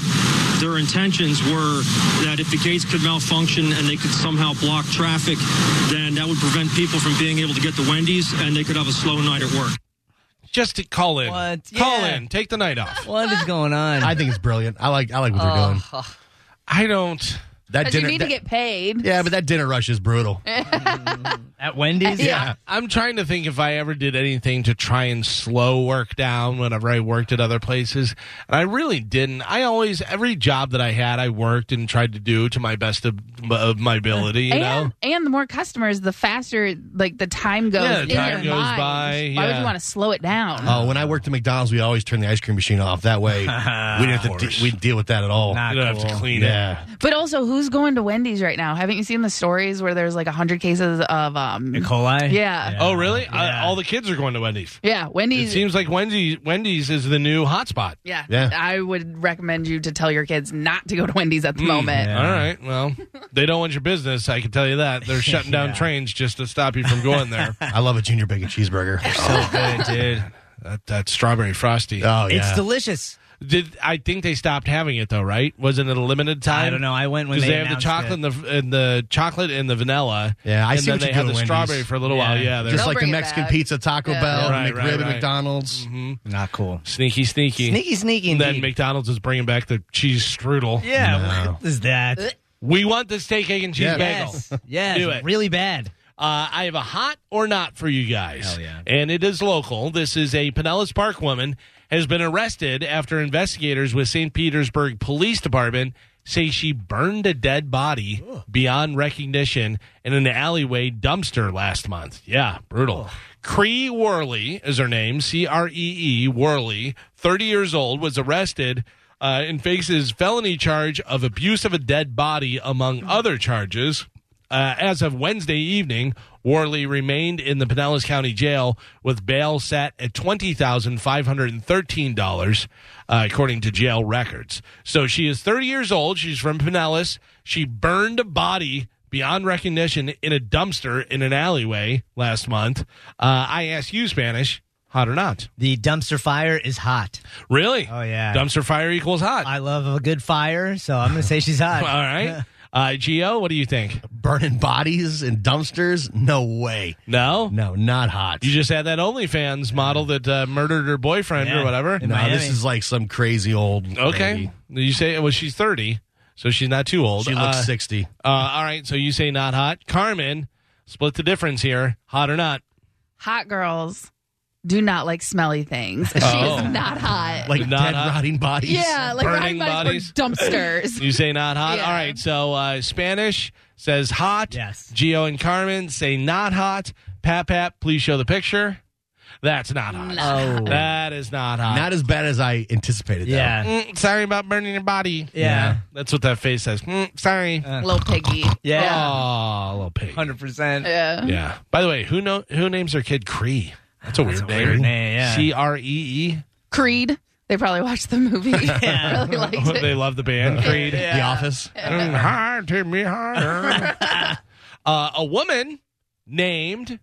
their intentions were that if the gates could malfunction and they could somehow block traffic, then that would prevent people from being able to get to Wendy's, and they could have a slow night at work. Just to call in. What? Call Yeah. in. Take the night off. What is going on? I think it's brilliant. I like I like what they're doing. Uh, I don't. That Because you dinner, need that- to get paid. yeah, but that dinner rush is brutal. At Wendy's, Yeah. I'm trying to think if I ever did anything to try and slow work down whenever I worked at other places. And I really didn't. I always, every job that I had, I worked and tried to do to my best of, of my ability, you know? and, and the more customers, the faster like the time goes. Yeah, the in time their goes mind. by, Why would yeah. Uh, you want to slow it down? Oh, when I worked at McDonald's, we always turned the ice cream machine off. That way, we didn't have to de- we didn't deal with that at all. Not You don't have to cool. clean it. yeah, But also, who's going to Wendy's right now? Haven't you seen the stories where there's like hundred cases of um? E. coli. Yeah. Oh, really? Yeah. I, all the kids are going to Wendy's. Yeah, It Wendy's. seems like Wendy's, Wendy's is the new hotspot. yeah, Yeah. I would recommend you to tell your kids not to go to Wendy's Mm. at the moment. yeah. All right. Well, they don't want your business. I can tell you that. They're shutting down trains just to stop you from going there. I love a junior bacon cheeseburger. so good, dude. that, that strawberry frosty. Oh yeah, It's delicious. Did I think they stopped having it though? Right? Wasn't it a limited time? I don't know. I went when Because they, they, have the announced chocolate it. and the and the chocolate and the vanilla. Yeah, I and see then what you they had do the at Wendy's. strawberry for a little while. Yeah. Yeah, they're just They'll like the bring it Mexican back. pizza, Taco Yeah. Bell, Right, McRib, right, Mm-hmm. right. at McDonald's. Not cool. sneaky, sneaky. Sneaky, sneaky. And then indeed. McDonald's is bringing back the cheese strudel. yeah. What is that? We want the steak, egg, and cheese Yeah. bagel. Yes. Yes. Do it. Really bad. Uh, I have a hot or not for you guys. Hell yeah. And it is local. This is a Pinellas Park woman has been arrested after investigators with St. Petersburg Police Department say she burned a dead body beyond recognition in an alleyway dumpster last month. Yeah, brutal. Cree Worley is her name, C R E E Worley, 30 years old, was arrested uh, and faces felony charge of abuse of a dead body, Mm. among other charges. Uh, as of Wednesday evening, Worley remained in the Pinellas County Jail with bail set at twenty thousand five hundred and thirteen dollars, uh, according to jail records. So she is thirty years old. She's from Pinellas. She burned a body beyond recognition in a dumpster in an alleyway last month. Uh, I asked you, Spanish, hot or not? The dumpster fire is hot. Really? Oh, yeah. Dumpster fire equals hot. I love a good fire, so I'm gonna say she's hot. All right. Uh, Geo, what do you think? Burning bodies in dumpsters? No way. No. No, not hot. You just had that OnlyFans model that uh, murdered her boyfriend or Yeah. whatever. In no, Miami. this is like some crazy old. Okay. You say, well, she's 30, so she's not too old. lady. she Uh, looks sixty. Uh, all right, so you say not hot. Carmen, split the difference here. Hot or not? Hot girls do not like smelly things. She Oh. is not hot. Like not dead hot. rotting bodies. yeah, like burning burning bodies, bodies. for dumpsters. You say not hot. Yeah. All right, so uh, Spanish says hot. Yes. Geo and Carmen say not hot. Pat Pat, please show the picture. That's not hot. Oh. That is not hot. Not as bad as I anticipated. though. Yeah. Mm, sorry about burning your body. Yeah. That's what that face says. Mm, sorry. Little piggy. Yeah. Aw, little pig. Hundred percent. Yeah. Yeah. By the way, who know who names their kid Cree? That's a weird a weird name, yeah. C R E E. Creed. They probably watched the movie. Yeah. really liked it. they love the band Creed. The Office. Mm, hi, take me higher. uh, a woman named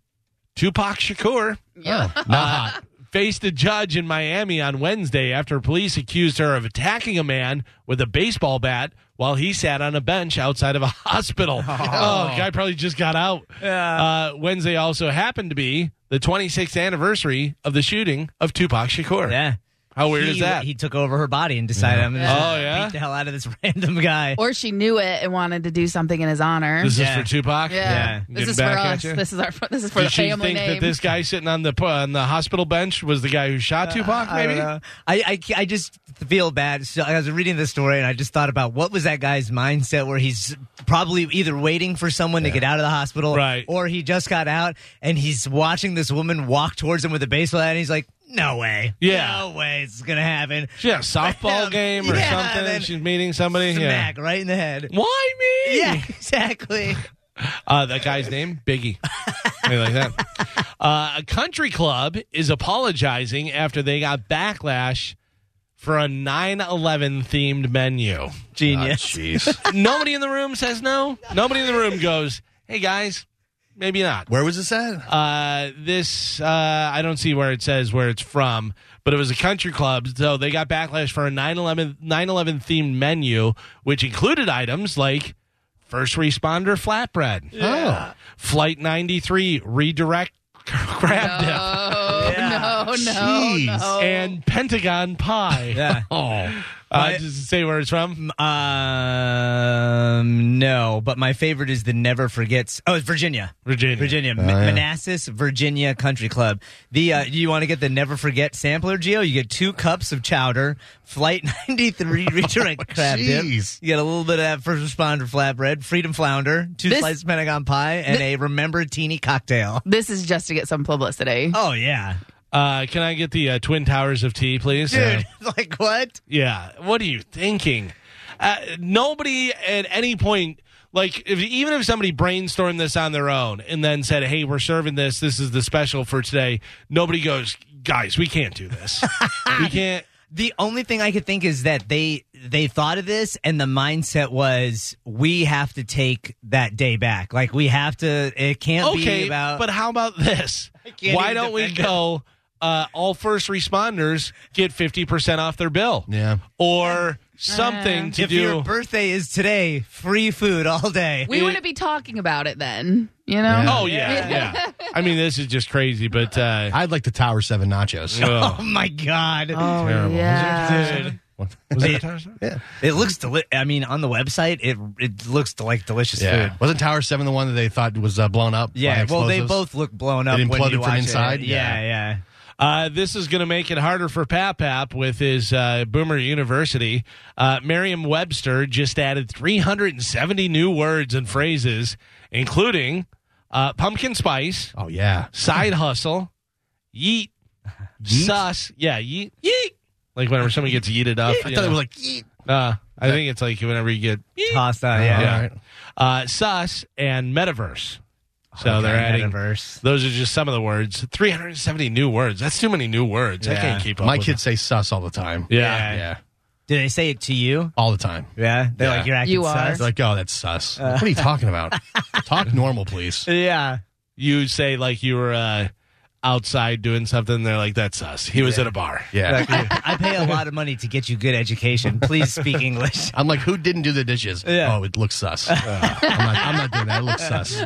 Tupac Shakur yeah. uh, faced a judge in Miami on Wednesday after police accused her of attacking a man with a baseball bat while he sat on a bench outside of a hospital. Oh, guy probably just got out. Uh, Wednesday also happened to be the 26th anniversary of the shooting of Tupac Shakur. Yeah. How weird he, is that? He took over her body and decided I'm going to Oh, yeah? beat the hell out of this random guy. Or she knew it and wanted to do something in his honor. this Yeah. is for Tupac. yeah. yeah. This Getting is for back at us. ya. This is our. This is for the Did she family think name. that this guy sitting on the on the hospital bench was the guy who Uh, shot Tupac? I don't Maybe. know. I, I, ca- I just feel bad. So I was reading this story and I just thought about what was that guy's mindset where he's probably either waiting for someone to get out of the hospital Right. or he just got out and he's watching this woman walk towards him with a baseball bat and he's like, no way. Yeah. No way it's going to happen. She had a softball game or Yeah, something. then She's meeting somebody. Smack right in the head. Yeah. Why me? Yeah, exactly. Uh, that guy's name Biggie. Maybe like that. Uh, a country club is apologizing after they got backlash for a 9/11 themed menu. Genius. Jeez. Nobody in the room says no. Nobody in the room goes, "Hey guys, maybe not." Where was this at? Uh, this uh, I don't see where it says where it's from, but it was a country club, so they got backlash for a 9/11 9/11 themed menu, which included items like first responder flatbread, oh. flight ninety three redirect crab Oh no, no, Jeez. no. dip, and Pentagon pie. Yeah. Oh, uh, My- just say where it's from. Um, no, but my favorite is the Never Forgets. Oh, it's Virginia. Virginia. Virginia, Ma- Manassas, Virginia Country Club. The uh, you want to get the Never Forget sampler, Geo? You get two cups of chowder, Flight 93 redirect crab dip. jeez. You get a little bit of that first responder flatbread, freedom flounder, two This- slices of Pentagon pie, and a remember teeny cocktail. This is just to get some publicity. Oh yeah, Uh, can I get the uh, Twin Towers of Tea, please? dude! like what? Yeah. What are you thinking? Uh, nobody at any point, like, if, even if somebody brainstormed this on their own and then said, hey, we're serving this, this is the special for today, nobody goes, guys, we can't do this. we can't. The only thing I could think is that they they thought of this and the mindset was we have to take that day back. Like we have to it can't Okay, be about but how about this? can't Why even don't we defend it. go? Uh, all first responders get fifty percent off their bill, Yeah. or something to Uh-huh. if do. your birthday is today, free food all day. We wouldn't be talking about it then, you know. oh yeah, yeah. I mean, this is just crazy, but uh, I'd like the Tower 7 nachos. ugh. oh my god. Oh, yeah. Dude. Was it- It looks deli- I mean on the website it it looks del- like delicious Yeah. food. Wasn't Tower 7 the one that they thought was uh, blown up? by Yeah, well they explosives? both look blown up when imploded you from watch it. inside? Yeah, Yeah. yeah. Uh, this is going to make it harder for Papap with his uh, Boomer University. Uh, Merriam Webster just added 370 new words and phrases, including uh, pumpkin spice, Oh, yeah. side hustle, yeet, sus. Yeah, yeet. Yeet. Like whenever someone gets yeeted up. I you thought it know. was like, yeet. uh, I think it's like whenever you get yeet. Pasta, yeah. Yeah. All right. Uh, sus and metaverse. So they're Okay, adding. metaverse. Those are just some of the words. 370 new words. That's too many new words. I Yeah. can't keep up. My with kids say sus all the time. it. yeah. Yeah. Do they say it to you? All the time. Yeah. They're Yeah. like you're acting You are. sus. They're like, oh, that's sus. Uh. what are you talking about? Talk normal, please. Yeah. you say like you were uh, outside doing something, they're like, "That's us." He was at a bar. Yeah. I, I pay a lot of money to get you good education. Please speak English. I'm like, who didn't do the dishes? Yeah. Oh, it looks sus. I'm, not, I'm not doing that. It looks sus.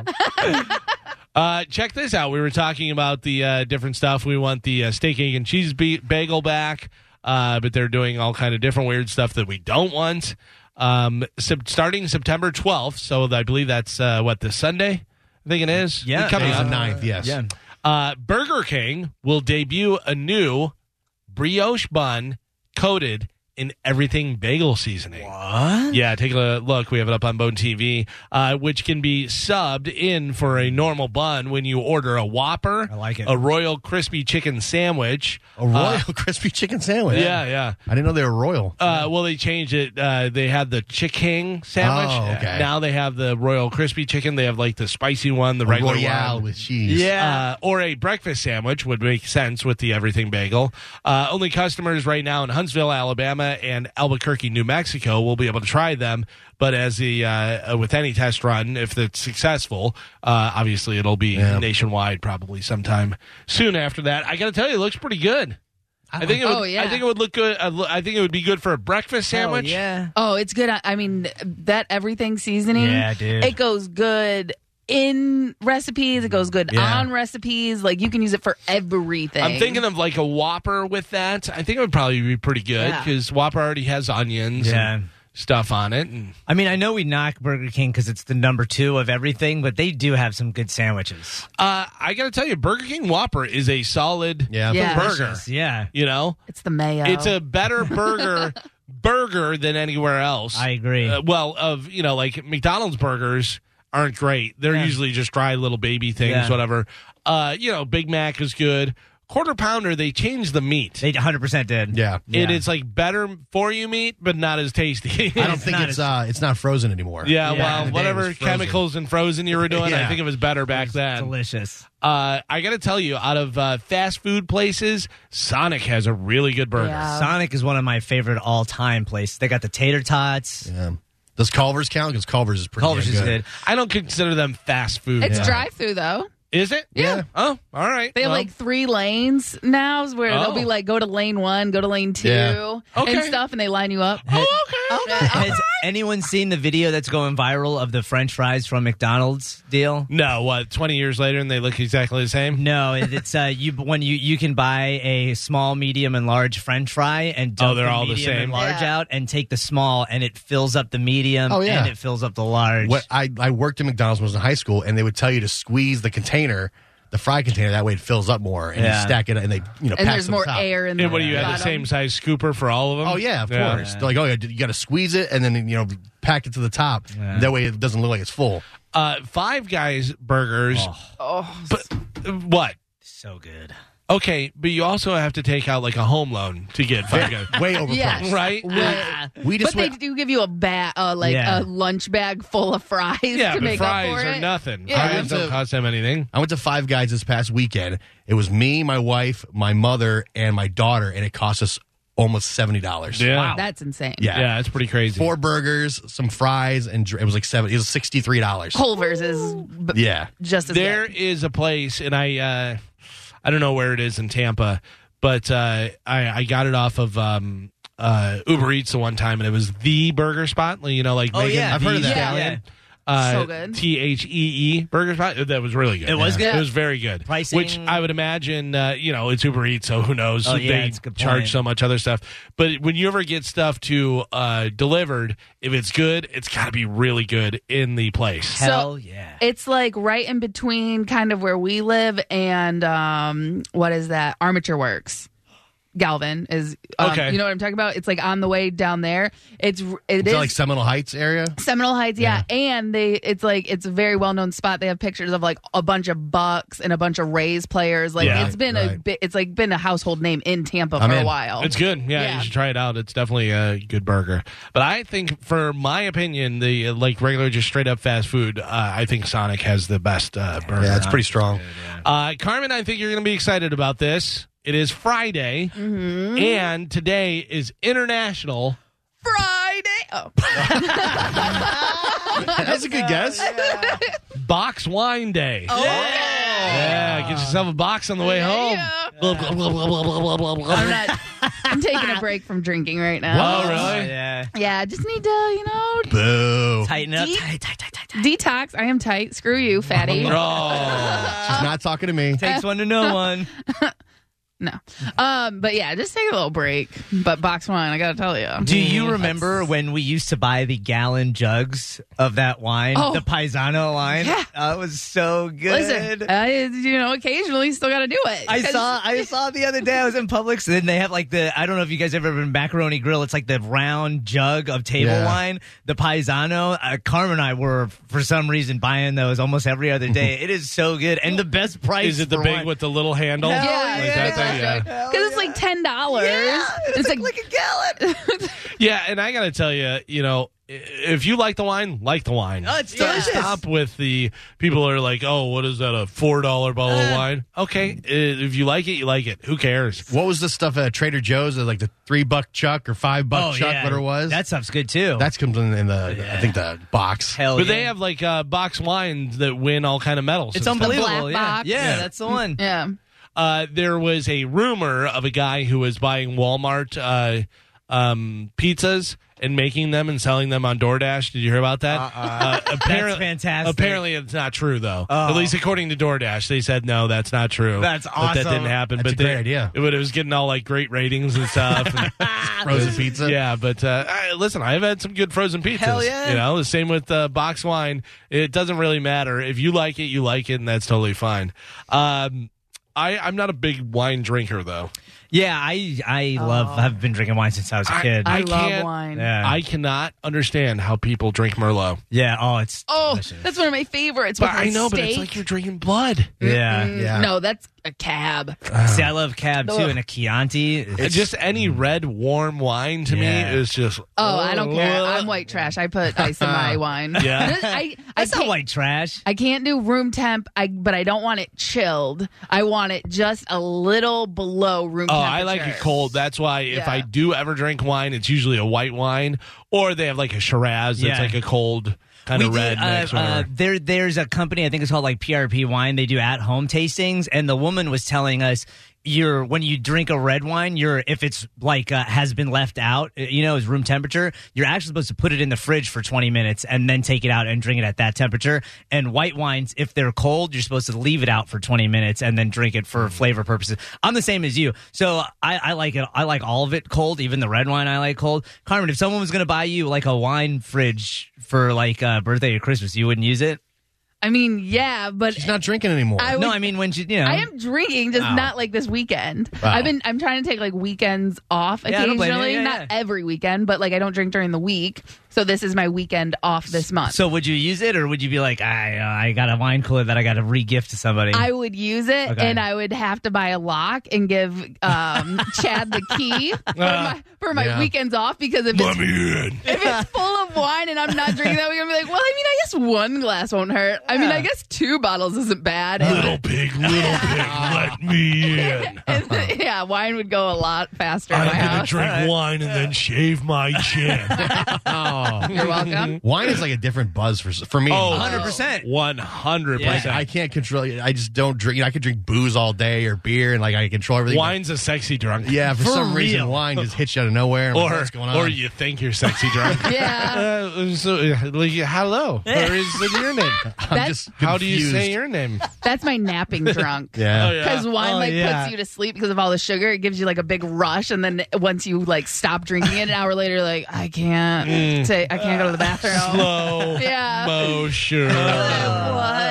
Uh, check this out. We were talking about the uh, different stuff. We want the uh, steak, egg, and cheese be- bagel back, uh, but they're doing all kind of different weird stuff that we don't want. Um, sep- starting September 12th, so I believe that's uh, what this Sunday. I think it is. Yeah, coming It's the up. ninth, yes. Yeah. Uh, Burger King will debut a new brioche bun coated in everything bagel seasoning. What? Yeah, take a look. We have it up on Bone TV, uh, which can be subbed in for a normal bun when you order a Whopper. I like it. A Royal Crispy Chicken Sandwich. A royal crispy chicken sandwich. Uh. Yeah, yeah. I didn't know they were royal. Uh, well, they changed it. Uh, they had the chicken sandwich. Oh, okay. Now they have the royal crispy chicken. They have like the spicy one, the regular Royale one. with cheese. Yeah. Uh, or a breakfast sandwich would make sense with the everything bagel. Uh, only customers right now in Huntsville, Alabama, and Albuquerque, New Mexico, will be able to try them. But as the uh, uh, with any test run, if it's successful, uh, obviously it'll be nationwide probably sometime soon after that. I got to tell you, it looks pretty good. I, think it would, Oh, yeah. I think it would look good. I lo- I think it would be good for a breakfast sandwich. yeah. Oh, it's good. I- I mean, that everything seasoning. Yeah, dude. It goes good in recipes. It goes good Yeah. on recipes. Like you can use it for everything. I'm thinking of like a Whopper with that. I think it would probably be pretty good Yeah. because Whopper already has onions Yeah. and stuff on it. And I mean, I know we knock Burger King because it's the number two of everything, but they do have some good sandwiches. uh, I got to tell you, Burger King Whopper is a solid Yeah. Yeah. burger. Yeah, You know, it's the mayo. it's a better burger burger than anywhere else. I agree. Uh, well, of you know, like McDonald's burgers aren't great. They're usually just dry little baby things, Yeah. whatever. Uh, you know, Big Mac is good. Quarter pounder, they changed the meat. they 100 percent did. Yeah. It is like better for you meat, but not as tasty. I don't think not it's as- uh, it's not frozen anymore. Yeah, Yeah. well, The day was whatever frozen. chemicals and frozen you were doing, I Yeah. think it was better back then. delicious. Uh, I got to tell you, out of uh, fast food places, Sonic has a really good burger. Um, Yeah. Sonic is one of my favorite all time places. They got the tater tots. Yeah. Does Culver's count? Because Culver's is pretty Culver's damn is good. good. I don't consider them fast food. It's Yeah. drive through though. Is it? Yeah. Oh, all right. They have Well, like three lanes now where Oh. they'll be like go to lane one, go to lane two Yeah. Okay. and stuff and they line you up. Oh, okay. Has anyone seen the video that's going viral of the French fries from McDonald's deal? No, what? Twenty years later, and they look exactly the same. No, it- it's uh, you when you you can buy a small, medium, and large French fry and Oh, dump they're the all the medium same? and large Yeah. out and take the small and it fills up the medium Oh, yeah. and it fills up the large. What I, I worked at McDonald's when I was in high school, and they would tell you to squeeze the container, the fry container. That way, it fills up more, and Yeah. you stack it, and they you know And pack there's some more top. air in And what the do you have the bottom. same size scooper for all of them? Oh yeah, of course. They're like, oh yeah, you got to squeeze it, and then you know pack it to the top. That way, it doesn't look like it's full. Uh, Five Guys burgers. Oh, But uh, what? so good. Okay, but you also have to take out like a home loan to get Five Guys. Way overpriced. yes. Right? Right. We But just they went, do give you a bat, uh, like Yeah. a lunch bag full of fries Yeah, to but make up fries for are it. nothing. Yeah. Fries I don't went to- cost them anything. I went to Five Guys this past weekend. It was me, my wife, my mother, and my daughter, and it cost us almost seventy dollars. Yeah, That's insane. Yeah. yeah, it's pretty crazy. Four burgers, some fries, and dr- it was like seven. It was sixty three dollars. Culver's is b- Yeah. just as There good. is a place, and I uh, I don't know where it is in Tampa, but uh, I I got it off of um, uh, Uber Eats the one time, and it was the burger spot. like, You know, Oh, like Megan yeah, the I've heard of that. Yeah. Stallion. Yeah. Uh, So good. T H E E burger spot. That was really good. It was good? It was very good. Pricing- which I would imagine, uh, you know, it's Uber Eats, so who knows? Oh, yeah, they it's a good charge point. so much other stuff. But when you ever get stuff to uh, delivered, if it's good, it's got to be really good in the place. Hell yeah. It's like right in between kind of where we live and um, what is that? Armature Works. Galvin is um, Okay. You know what I'm talking about? It's like on the way down there. It's r- it Is is that like Seminole Heights area? Seminole Heights, yeah. And they it's like it's a very well known spot. They have pictures of like a bunch of Bucks and a bunch of Rays players. Like Yeah. it's been a Right. bit it's like been a household name in Tampa I'm for a in. while. It's good. Yeah, Yeah. you should try it out. It's definitely a good burger. But I think, for my opinion, the uh, like regular, just straight up fast food, uh, I think Sonic has the best uh, burger. Yeah, it's pretty strong. Uh, Carmen, I think you're going to be excited about this. It is Friday, and today is International. Friday. Oh. That's a good guess. Box Wine Day. Yeah, get yourself a box on the way home. Blah, blah, blah, blah, blah, blah, blah, blah. I'm not I'm taking a break from drinking right now. Oh, really? Yeah. Yeah, I just need to, you know, Oh. Boo. Tighten up. Deep- Tight, tight, tight, tight, tight. detox. I am tight. Screw you, fatty. Oh. She's not talking to me. Takes one to know one. No. Um, but yeah, just take a little break. But box wine, I gotta tell you. Do you remember when we used to buy the gallon jugs of that wine, Oh. the Paisano wine? Yeah. that was so good. Listen, I, you know, occasionally you still gotta do Mm. it. I 'Cause- saw I saw it the other day. I was in Publix, and they have like the I don't know if you guys ever been macaroni grill. It's like the round jug of table Yeah. wine, the Paisano. Uh, Carmen and I were for some reason buying those almost every other day. it is so good and the best price. Is it the for big wine. with the little handle? Hell Yeah, Like yeah, Oh, that thing, yeah. exactly. yeah. 'Cause it's like ten dollars. Yeah, it's, like, a gallon. Yeah, and I got to tell you, you know, i- if you like the wine, like the wine. Oh, it's Don't delicious. Stop with the people are like, oh, what is that? A four dollar bottle Uh. of wine? Okay, i- if you like it, you like it. Who cares? What was the stuff at Trader Joe's? Like the three buck chuck or five Oh, buck chuck, whatever it was. That stuff's good too. that's comes in, in the I think the box. hell. But yeah. they have like uh, box wines that win all kind of medals. it's and stuff. unbelievable. black yeah. box. yeah, Yeah. that's the one. yeah. uh, there was a rumor of a guy who was buying Walmart uh, um, pizzas and making them and selling them on DoorDash. Did you hear about Uh-uh. that? Uh, apparently, fantastic. Apparently, it's not true though. Oh. At least according to DoorDash, they said no, that's not true. That's That, that awesome. didn't happen. but That's a great they- idea. It, but it was getting all like great ratings and stuff. And- Frozen pizza. yeah, but uh, I, listen, I've had some good frozen pizzas. Hell yeah. You know, the same with uh, box wine. It doesn't really matter. If you like it, you like it, and that's totally fine. Um, I, I'm not a big wine drinker, though. Yeah, I I love. I've been drinking wine since I was a kid. I, I love can't- wine. yeah, I cannot understand how people drink Merlot. yeah. Oh, it's Oh, delicious. that's one of my favorites. But with I know, steak. but it's like you're drinking blood. yeah. Mm, Yeah. No, that's a cab. See, I love cab too, Ugh. and a Chianti. It's Mm. just any red, warm wine to Yeah. me is just. Oh, I don't care. I'm white trash. I put ice in my wine. Yeah. I, I that's not can't- white trash. I can't do room temp, I but I don't want it chilled. I want it just a little below room Oh, temperature. I like it cold. That's why if Yeah. I do ever drink wine, it's usually a white wine, or they have like a Shiraz that's Yeah. like a cold kind We of did, red mix. uh, or uh, whatever. there, there's a company I think it's called like PRP Wine. They do at home tastings, and the woman was telling us. You're when you drink a red wine, you're if it's like uh, has been left out, uh, you know, is room temperature. You're actually supposed to put it in the fridge for 20 minutes and then take it out and drink it at that temperature. And white wines, if they're cold, you're supposed to leave it out for 20 minutes and then drink it Mm-hmm. for flavor purposes. I'm the same as you, so I, I like it. I like all of it cold, even the red wine. I like cold. Carmen, if someone was going to buy you like a wine fridge for like uh, birthday or Christmas, you wouldn't use it. I mean, yeah, but She's not drinking anymore. I would- no, I mean when she, you know, I am drinking, just Oh. not like this weekend. Wow. I've been I'm trying to take like weekends off Yeah, I don't blame you. occasionally, Yeah, not yeah. every weekend, but like I don't drink during the week. So this is my weekend off this month. So would you use it, or would you be like, I, uh, I got a wine cooler that I got to re-gift to somebody? I would use it, Okay. and I would have to buy a lock and give um, Chad the key for my, for my Uh, Yeah. weekends off because if it's, if it's full of wine and I'm not drinking that, we're gonna be like, well, I mean, I guess one glass won't hurt. I mean, I guess two bottles isn't bad. Little pig, little pig, let me in. And- and- yeah, wine would go a lot faster. in my house. drink wine and then shave my chin. You're welcome. Wine is like a different buzz for for me. Oh, 100%. One hundred Like, I percent. can't control. I just don't drink. You know, I could drink booze all day or beer, and like I control everything. Wine's a sexy drunk. but- yeah, for, For some reason, real. wine just hits you out of nowhere. and I'm like, Or, what's going on? or you think you're sexy drunk. Yeah, Uh, so, uh, like, hello. Where is the- your name? I'm just How do you confused. say your name? that's my napping drunk. Yeah. Because wine Oh, like yeah. puts you to sleep because of all the sugar. It gives you like a big rush, and then once you like stop drinking it, an hour later, you're like I can't, take, I can't go to the bathroom. Mm. Slow Yeah. motion. What? Oh,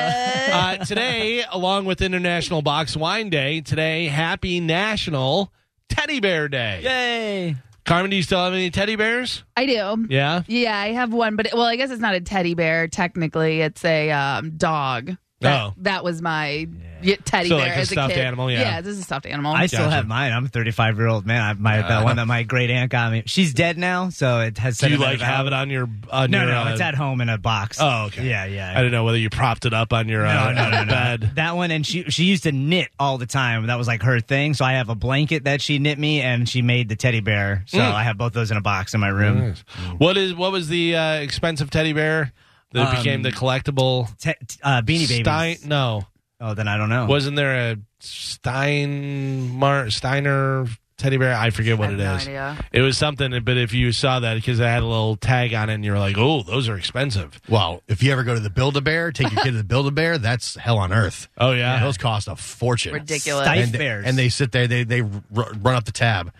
Uh, today, along with International Box Wine Day, today, happy National Teddy Bear Day. Yay! Carmen, do you still have any teddy bears? I do. Yeah. Yeah, I have one, but well, I guess it's not a teddy bear. Technically, it's a um, dog. That, Oh. that was my y teddy So, bear like a as a stuffed kid. animal, yeah. yeah, this is a stuffed animal. I still have mine. I'm a 35 year old man. I, my that one that my great aunt got me. She's dead now, so it has. Do you sentiment like value. have it on your? On No, your, no, uh, it's at home in a box. Oh, okay. Yeah, yeah. I don't know whether you propped it up on your uh, No, no, no, no. bed. That one, and she she used to knit all the time. That was like her thing. So I have a blanket that she knit me, and she made the teddy bear. So Mm. I have both those in a box in my room. What is what was the uh, expensive teddy bear that Um, became the collectible? Te- t- uh, Beanie Babies. Stein? No, Oh, then I don't know. wasn't there a Stein Mar- Steiner teddy bear. I forget what I have it no is. idea. It was something, but if you saw that because it had a little tag on it, and you were like, "Oh, those are expensive." Well, if you ever go to the Build a Bear, take your kid to the Build a Bear, that's hell on earth. Oh, yeah? Those cost a fortune. Ridiculous. Stife And, they- bears. and they sit there, they, they ru- run up the tab.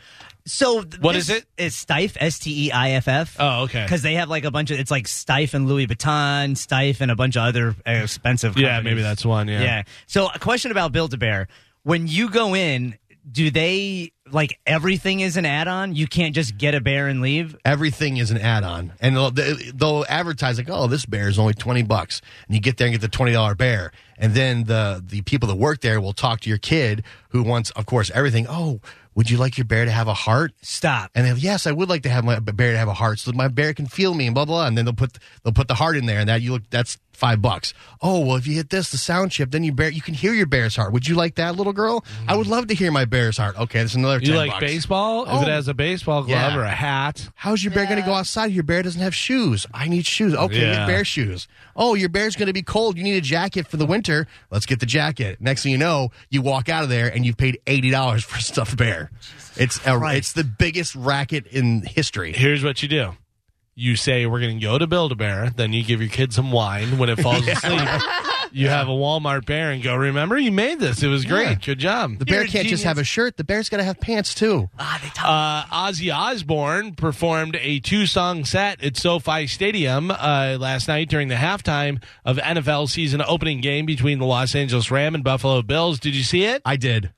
So th- What this is it? It's Stife, S T E I F F. Oh, okay. Because they have like a bunch of it's like Stife and Louis Vuitton, Stife and a bunch of other expensive. Yeah, companies. maybe that's one. Yeah. Yeah. So a question about Build a Bear: When you go in, do they like everything is an add-on? You can't just get a bear and leave. Everything is an add on. And they'll, they- they'll advertise, like, oh, this bear is only 20 bucks. And you get there and get the $20 bear. And then the, the people that work there will talk to your kid who wants, of course, everything. Oh, would you like your bear to have a heart? Stop. And they'll, yes, I would like to have my bear to have a heart so that my bear can feel me and blah, blah, blah. And then they'll put, they'll put the heart in there and that you look, that's five bucks. Oh, well, if you hit this, the sound chip, then your bear, you can hear your bear's heart. Would you like that little girl? I would love to hear my bear's heart. Okay. That's another Mm. 10 You like bucks. baseball? If Oh. it has a baseball glove Yeah. or a hat, How's your bear going to go outside? Your bear doesn't have shoes. I need shoes. Okay, Yeah. get bear shoes. Oh, your bear's going to be cold. You need a jacket for the winter. Let's get the jacket. Next thing you know, you walk out of there and you've paid eighty dollars for a stuffed bear. It's a, it's the biggest racket in history. here's what you do. You say we're going to go to Build a Bear, then you give your kid some wine when it falls asleep. You have a Walmart bear and go. Remember, you made this. It was great. Yeah. Good job. The bear can't just have a shirt. The bear's got to have pants too. Uh, Ozzy Osbourne performed a two-song set at SoFi Stadium uh, last night during the halftime of NFL season opening game between the Los Angeles Ram and Buffalo Bills. Did you see it? I did.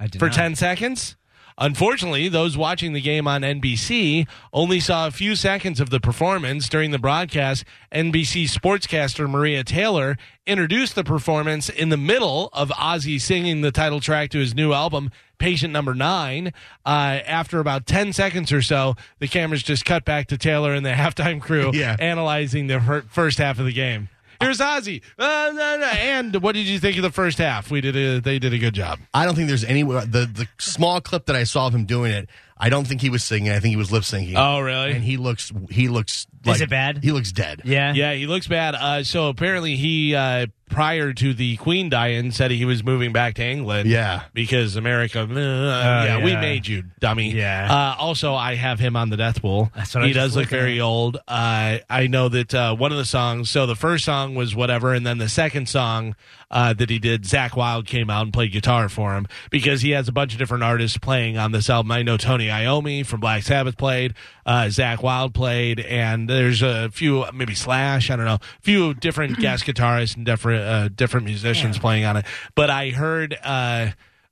I did for not. 10 seconds. Unfortunately, those watching the game on NBC only saw a few seconds of the performance during the broadcast. NBC sportscaster Maria Taylor introduced the performance in the middle of Ozzy singing the title track to his new album, Patient Number Nine. Uh, after about 10 seconds or so, the cameras just cut back to Taylor and the halftime crew Yeah. analyzing the fir- first half of the game. Here's Ozzy. Uh, no, no. And what did you think of the first half? We did a, they did a good job. I don't think there's any the the small clip that I saw of him doing it. I don't think he was singing. I think he was lip syncing. Oh, really? And he looks he looks like, it bad? He looks dead. Yeah. Yeah, he looks bad. Uh, so apparently, he uh, prior to the Queen dying said he was moving back to England. Yeah. because America. uh, yeah, we Oh, yeah. made you, dummy. Yeah. Uh, also, I have him on the death pool. That's what I he was does just look looking very at. old. Uh, I know that uh, one of the songs. So the first song was whatever, and then the second song uh, that he did, Zach Wild came out and played guitar for him because he has a bunch of different artists playing on this album. I know Tony Iommi from Black Sabbath played, uh, Zach Wild played, and there's a few maybe Slash. I don't know, a few different guest guitarists and different uh, different musicians playing on it. But I heard. Uh,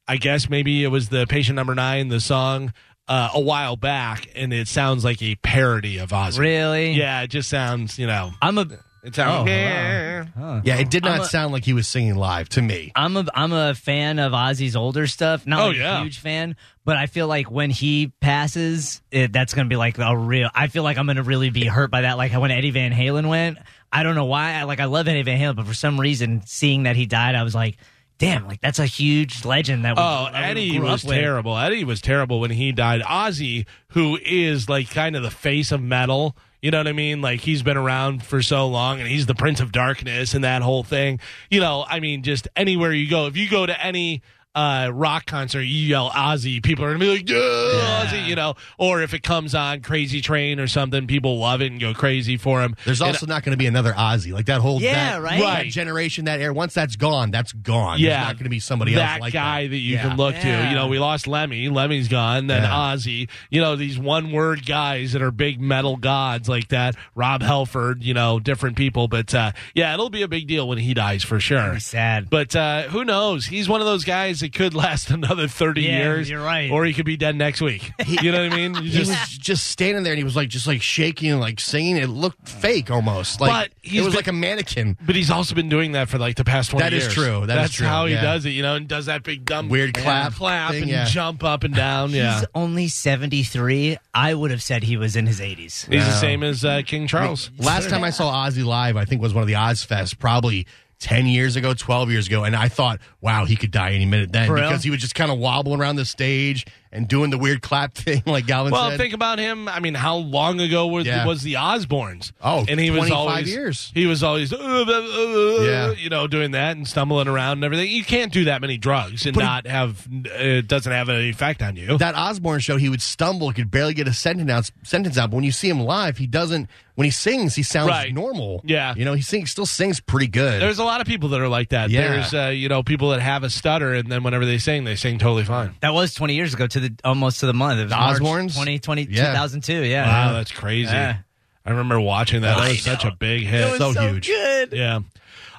I guess maybe it was the patient number nine, the song uh, a while back, and it sounds like a parody of Ozzy. Really? Yeah, it just sounds, you know, I'm a. it sounds. Oh, Yeah. Yeah, it did not a- sound like he was singing live to me. I'm a I'm a fan of Ozzy's older stuff. Not Oh, like yeah. a huge fan, but I feel like when he passes, it, that's going to be like a real. I feel like I'm going to really be hurt by that. Like when Eddie Van Halen went, I don't know why. I, like I love Eddie Van Halen, but for some reason, seeing that he died, I was like, damn, like that's a huge legend that. We, Oh, that we Eddie grew was up with. terrible. Eddie was terrible when he died. Ozzy, who is like kind of the face of metal, you know what I mean? Like he's been around for so long and he's the Prince of Darkness and that whole thing. You know, I mean, just anywhere you go, if you go to any uh, rock concert, you yell Ozzy, people are gonna be like, yeah, Ozzy, you know. Or if it comes on Crazy Train or something, people love it and go crazy for him. There's also not going to be another Ozzy. Like that whole Yeah, that- right? that Right. generation, that era. Once that's gone, that's gone. yeah, There's not going to be somebody that else like guy that, that. you Yeah. can look to. Yeah. You know, we lost Lemmy. Lemmy's gone. Then Yeah. Ozzy. You know, these one word guys that are big metal gods like that. Rob Halford. You know, different people. But uh, yeah, it'll be a big deal when he dies for sure. Very sad. But uh, who knows? He's one of those guys that could last another thirty Yeah, years. you're right. Or he could be dead next week. You know what I mean? You He just- was just standing there, and he was like, just like shaking and like singing. It looked fake almost. Like But he's it was been- like a mannequin. but he's also been doing that for like the past twenty That is years. true. That is That's true, how he yeah. does it. You know, and does that big dumb Weird clap clap, thing, and yeah. jump up and down. Yeah. He's only 73. I would have said he was in his 80s. He's the same as uh, King Charles. Last time I saw Ozzy live, I think was one of the Ozfest, probably ten years ago, twelve years ago, and I thought, wow, he could die any minute then For real? because he was just kind of wobbling around the stage and doing the weird clap thing, like Galvin Well, said. think about him. I mean, how long ago was Yeah. was the Osbournes? Oh, and he was 25 always years. he was always uh, uh, uh, Yeah. you know doing that and stumbling around and everything. You can't do that many drugs and But he- not have it doesn't have an effect on you. that Osborne show, he would stumble, could barely get a sentence out. Sentence out. But when you see him live, he doesn't. When he sings, he sounds Right. normal. Yeah. you know, he sings, still sings pretty good. There's a lot of people that are like that. Yeah. There's uh, you know people that have a stutter and then whenever they sing, they sing totally fine. That was 20 years ago to the almost to the month. It was The March Osbournes? 2020, Yeah. 2002. Yeah. Wow, that's crazy. Yeah. I remember watching that. That was such a big hit. It was so good. Yeah.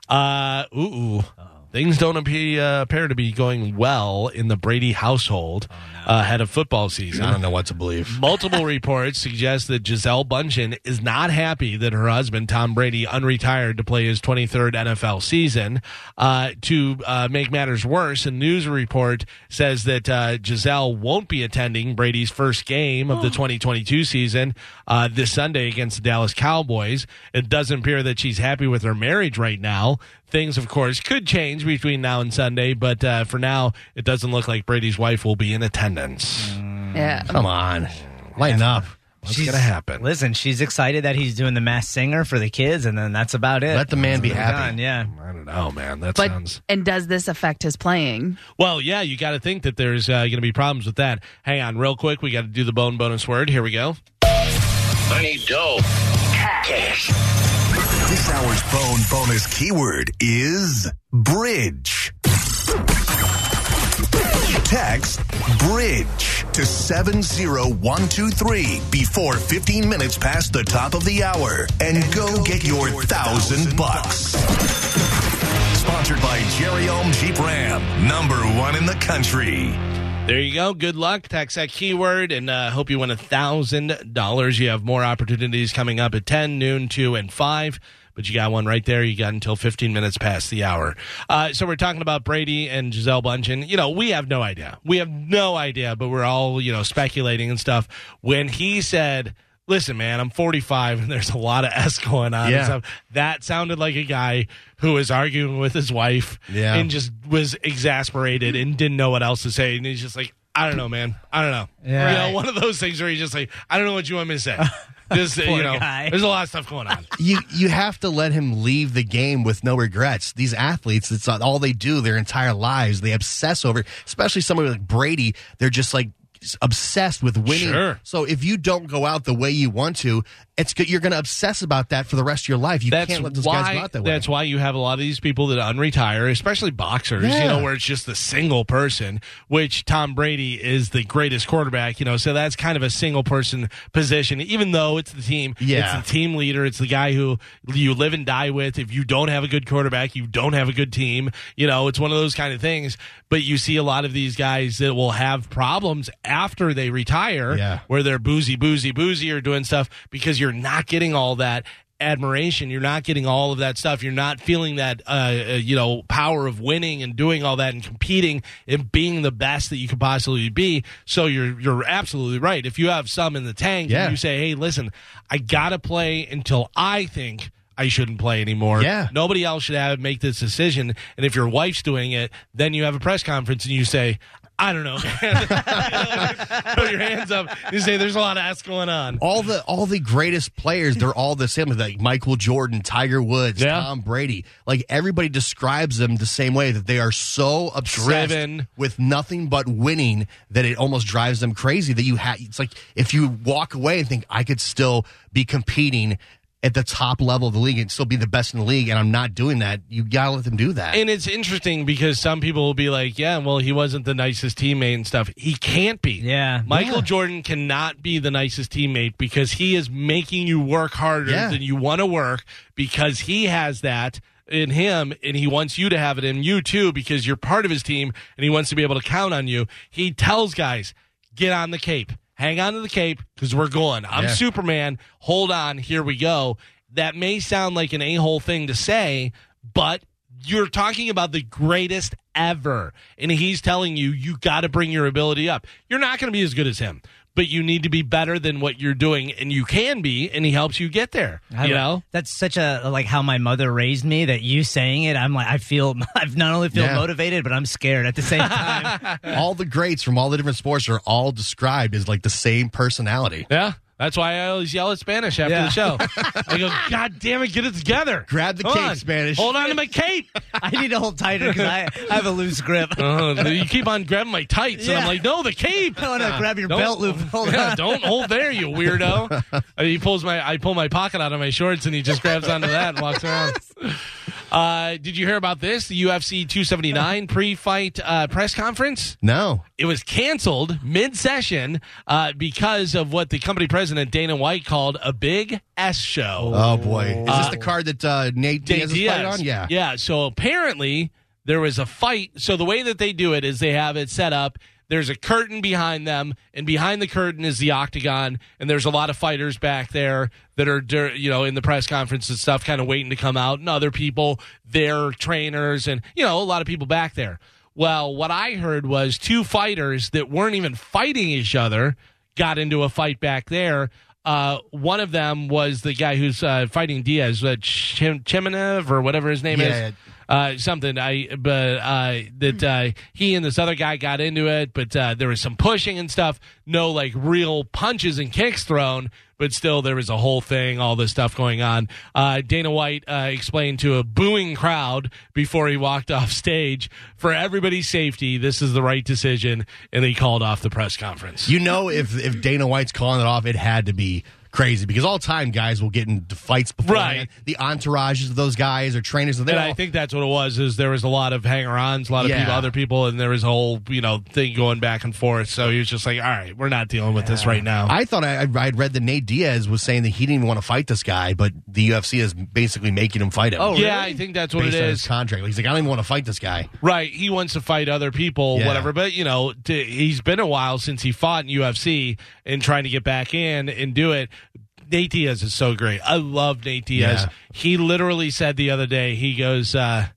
Uh, ooh. ooh. Things don't appear, uh, appear to be going well in the Brady household uh, ahead of football season. I don't know what to believe. Multiple reports suggest that Giselle Bundchen is not happy that her husband, Tom Brady, unretired to play his 23rd NFL season. Uh, to uh, make matters worse, a news report says that uh, Giselle won't be attending Brady's first game of the 2022 season uh, this Sunday against the Dallas Cowboys. It doesn't appear that she's happy with her marriage right now. Things, of course, could change between now and Sunday, but uh, for now, it doesn't look like Brady's wife will be in attendance. Yeah. Mm. Come on, lighten up. Uh, What's going to happen? Listen, she's excited that he's doing the mass singer for the kids, and then that's about it. Let the man be We're happy. done, yeah. I don't know, man. That But sounds and does this affect his playing? well. Yeah, you got to think that there's uh, going to be problems with that. Hang on, real quick. We got to do the bone bonus word. Here we go. This hour's bone bonus keyword is bridge. Text bridge to 70123 before 15 minutes past the top of the hour and go get your thousand bucks. Sponsored by Jerry Ohm Jeep Ram, number one in the country. There you go. Good luck. Text that keyword and uh, hope you win a thousand dollars. You have more opportunities coming up at ten, noon, two, and five. But you got one right there. You got until fifteen minutes past the hour. Uh, so we're talking about Brady and Giselle Bundchen. You know, we have no idea. We have no idea, but we're all you know speculating and stuff. When he said. Listen, man, I'm 45 and there's a lot of S going on. and Yeah. stuff," That sounded like a guy who was arguing with his wife Yeah. and just was exasperated and didn't know what else to say. And he's just like, I don't know, man. I don't know. Yeah. You know, one of those things where he's just like, I don't know what you want me to say. Just, uh, you Poor know, guy. there's a lot of stuff going on. you you have to let him leave the game with no regrets. These athletes, it's all they do their entire lives. They obsess over, it. especially somebody like Brady. They're just like obsessed with winning. Sure. So if you don't go out the way you want to, it's good. You're going to obsess about that for the rest of your life. You That's can't let those guys go why. out that way. That's why you have a lot of these people that unretire, especially boxers. You Yeah. know, where it's just the single person. Which Tom Brady is the greatest quarterback. You know, so that's kind of a single person position. Even though it's the team, Yeah. it's the team leader. It's the guy who you live and die with. If you don't have a good quarterback, you don't have a good team. You know, it's one of those kind of things. But you see a lot of these guys that will have problems after they retire Yeah. where they're boozy, boozy, boozy, or doing stuff because you're not getting all that admiration. You're not getting all of that stuff. You're not feeling that, uh, uh, you know, power of winning and doing all that and competing and being the best that you could possibly be. So you're you're absolutely right. If you have some in the tank, Yeah. and you say, hey, listen, I gotta play until I think. I shouldn't play anymore. Yeah. Nobody else should have make this decision. And if your wife's doing it, then you have a press conference and you say, I don't know. Put your hands up and say, "There's a lot of ass going on." all the all the greatest players, they're all the same. Like Michael Jordan, Tiger Woods, Yeah. Tom Brady. Like everybody describes them the same way that they are so obsessed Driven. with nothing but winning that it almost drives them crazy. That you ha it's like if you walk away and think I could still be competing at the top level of the league and still be the best in the league, and I'm not doing that. You gotta let them do that. And it's interesting because some people will be like, "Yeah, well, he wasn't the nicest teammate and stuff." He can't be. Yeah. Michael Jordan cannot be the nicest teammate because he is making you work harder Yeah. than you want to work because he has that in him and he wants you to have it in you too because you're part of his team and he wants to be able to count on you. He tells guys, "Get on the cape. Hang on to the cape because we're going. I'm Yeah. Superman. Hold on. Here we go." That may sound like an a-hole thing to say, but you're talking about the greatest ever and he's telling you you got to bring your ability up you're not going to be as good as him but you need to be better than what you're doing, and you can be, and he helps you get there. I you don't- know, that's such a like how my mother raised me. That you saying it, I'm like I feel I not only feel Yeah. motivated, but I'm scared at the same time. all the greats from all the different sports are all described as like the same personality. yeah. That's why I always yell at Spanish after Yeah. the show. I go, God damn it, get it together. Grab the Come cake, on. Spanish." Hold on to my cape. I need to hold tighter because I, I have a loose grip. I Uh, you keep on grabbing my tights, and I'm Yeah. like, no, the cape. want to grab your Don't- belt loop. Hold Yeah, on. don't hold there, you weirdo. Uh, he pulls my I pull my pocket out of my shorts and he just grabs onto that and walks around. Uh, did you hear about this? The UFC 279 pre-fight uh, press conference. No. It was canceled mid-session uh, because of what the company president Dana White called a big S show. Oh boy. Is this the card that uh, Nate Diaz, is fight on? Yeah. Yeah. So apparently there was a fight. So the way that they do it is they have it set up. There's a curtain behind them, and behind the curtain is the octagon, and there's a lot of fighters back there that are, dur- you know, in the press conference and stuff, kind of waiting to come out, and other people, their trainers, and you know, a lot of people back there. Well, what I heard was two fighters that weren't even fighting each other got into a fight back there. Uh, one of them was the guy who's uh, fighting Diaz, uh, Chim- Chimenev or whatever his name Yeah. Hmm. is. Uh, something I, but uh, that uh, he and this other guy got into it, but uh, there was some pushing and stuff. No, like real punches and kicks thrown, but still there was a whole thing, all this stuff going on. Uh, Dana White uh, explained to a booing crowd before he walked off stage for everybody's safety. This is the right decision, and he called off the press conference. You know, if if Dana White's calling it off, it had to be crazy because all time guys will get into fights before Right. the entourages of those guys or trainers. And I think that's what it was. Is there was a lot of hanger-ons, a lot of Yeah. people, other people, and there was a whole you know thing going back and forth. So he was just like, "All right, we're not dealing with this right now." I thought I, I- I'd read that Nate Diaz was saying that he didn't even want to fight this guy, but the UFC is basically making him fight him. Oh, yeah, I really? think that's what based it on his is. contract. He's like, I don't even want to fight this guy. right, he wants to fight other people, Yeah. whatever. But you know, t- he's been a while since he fought in UFC and trying to get back in and do it. Nate Diaz is so great. I love Nate Diaz. Yeah. He literally said the other day, he goes. uh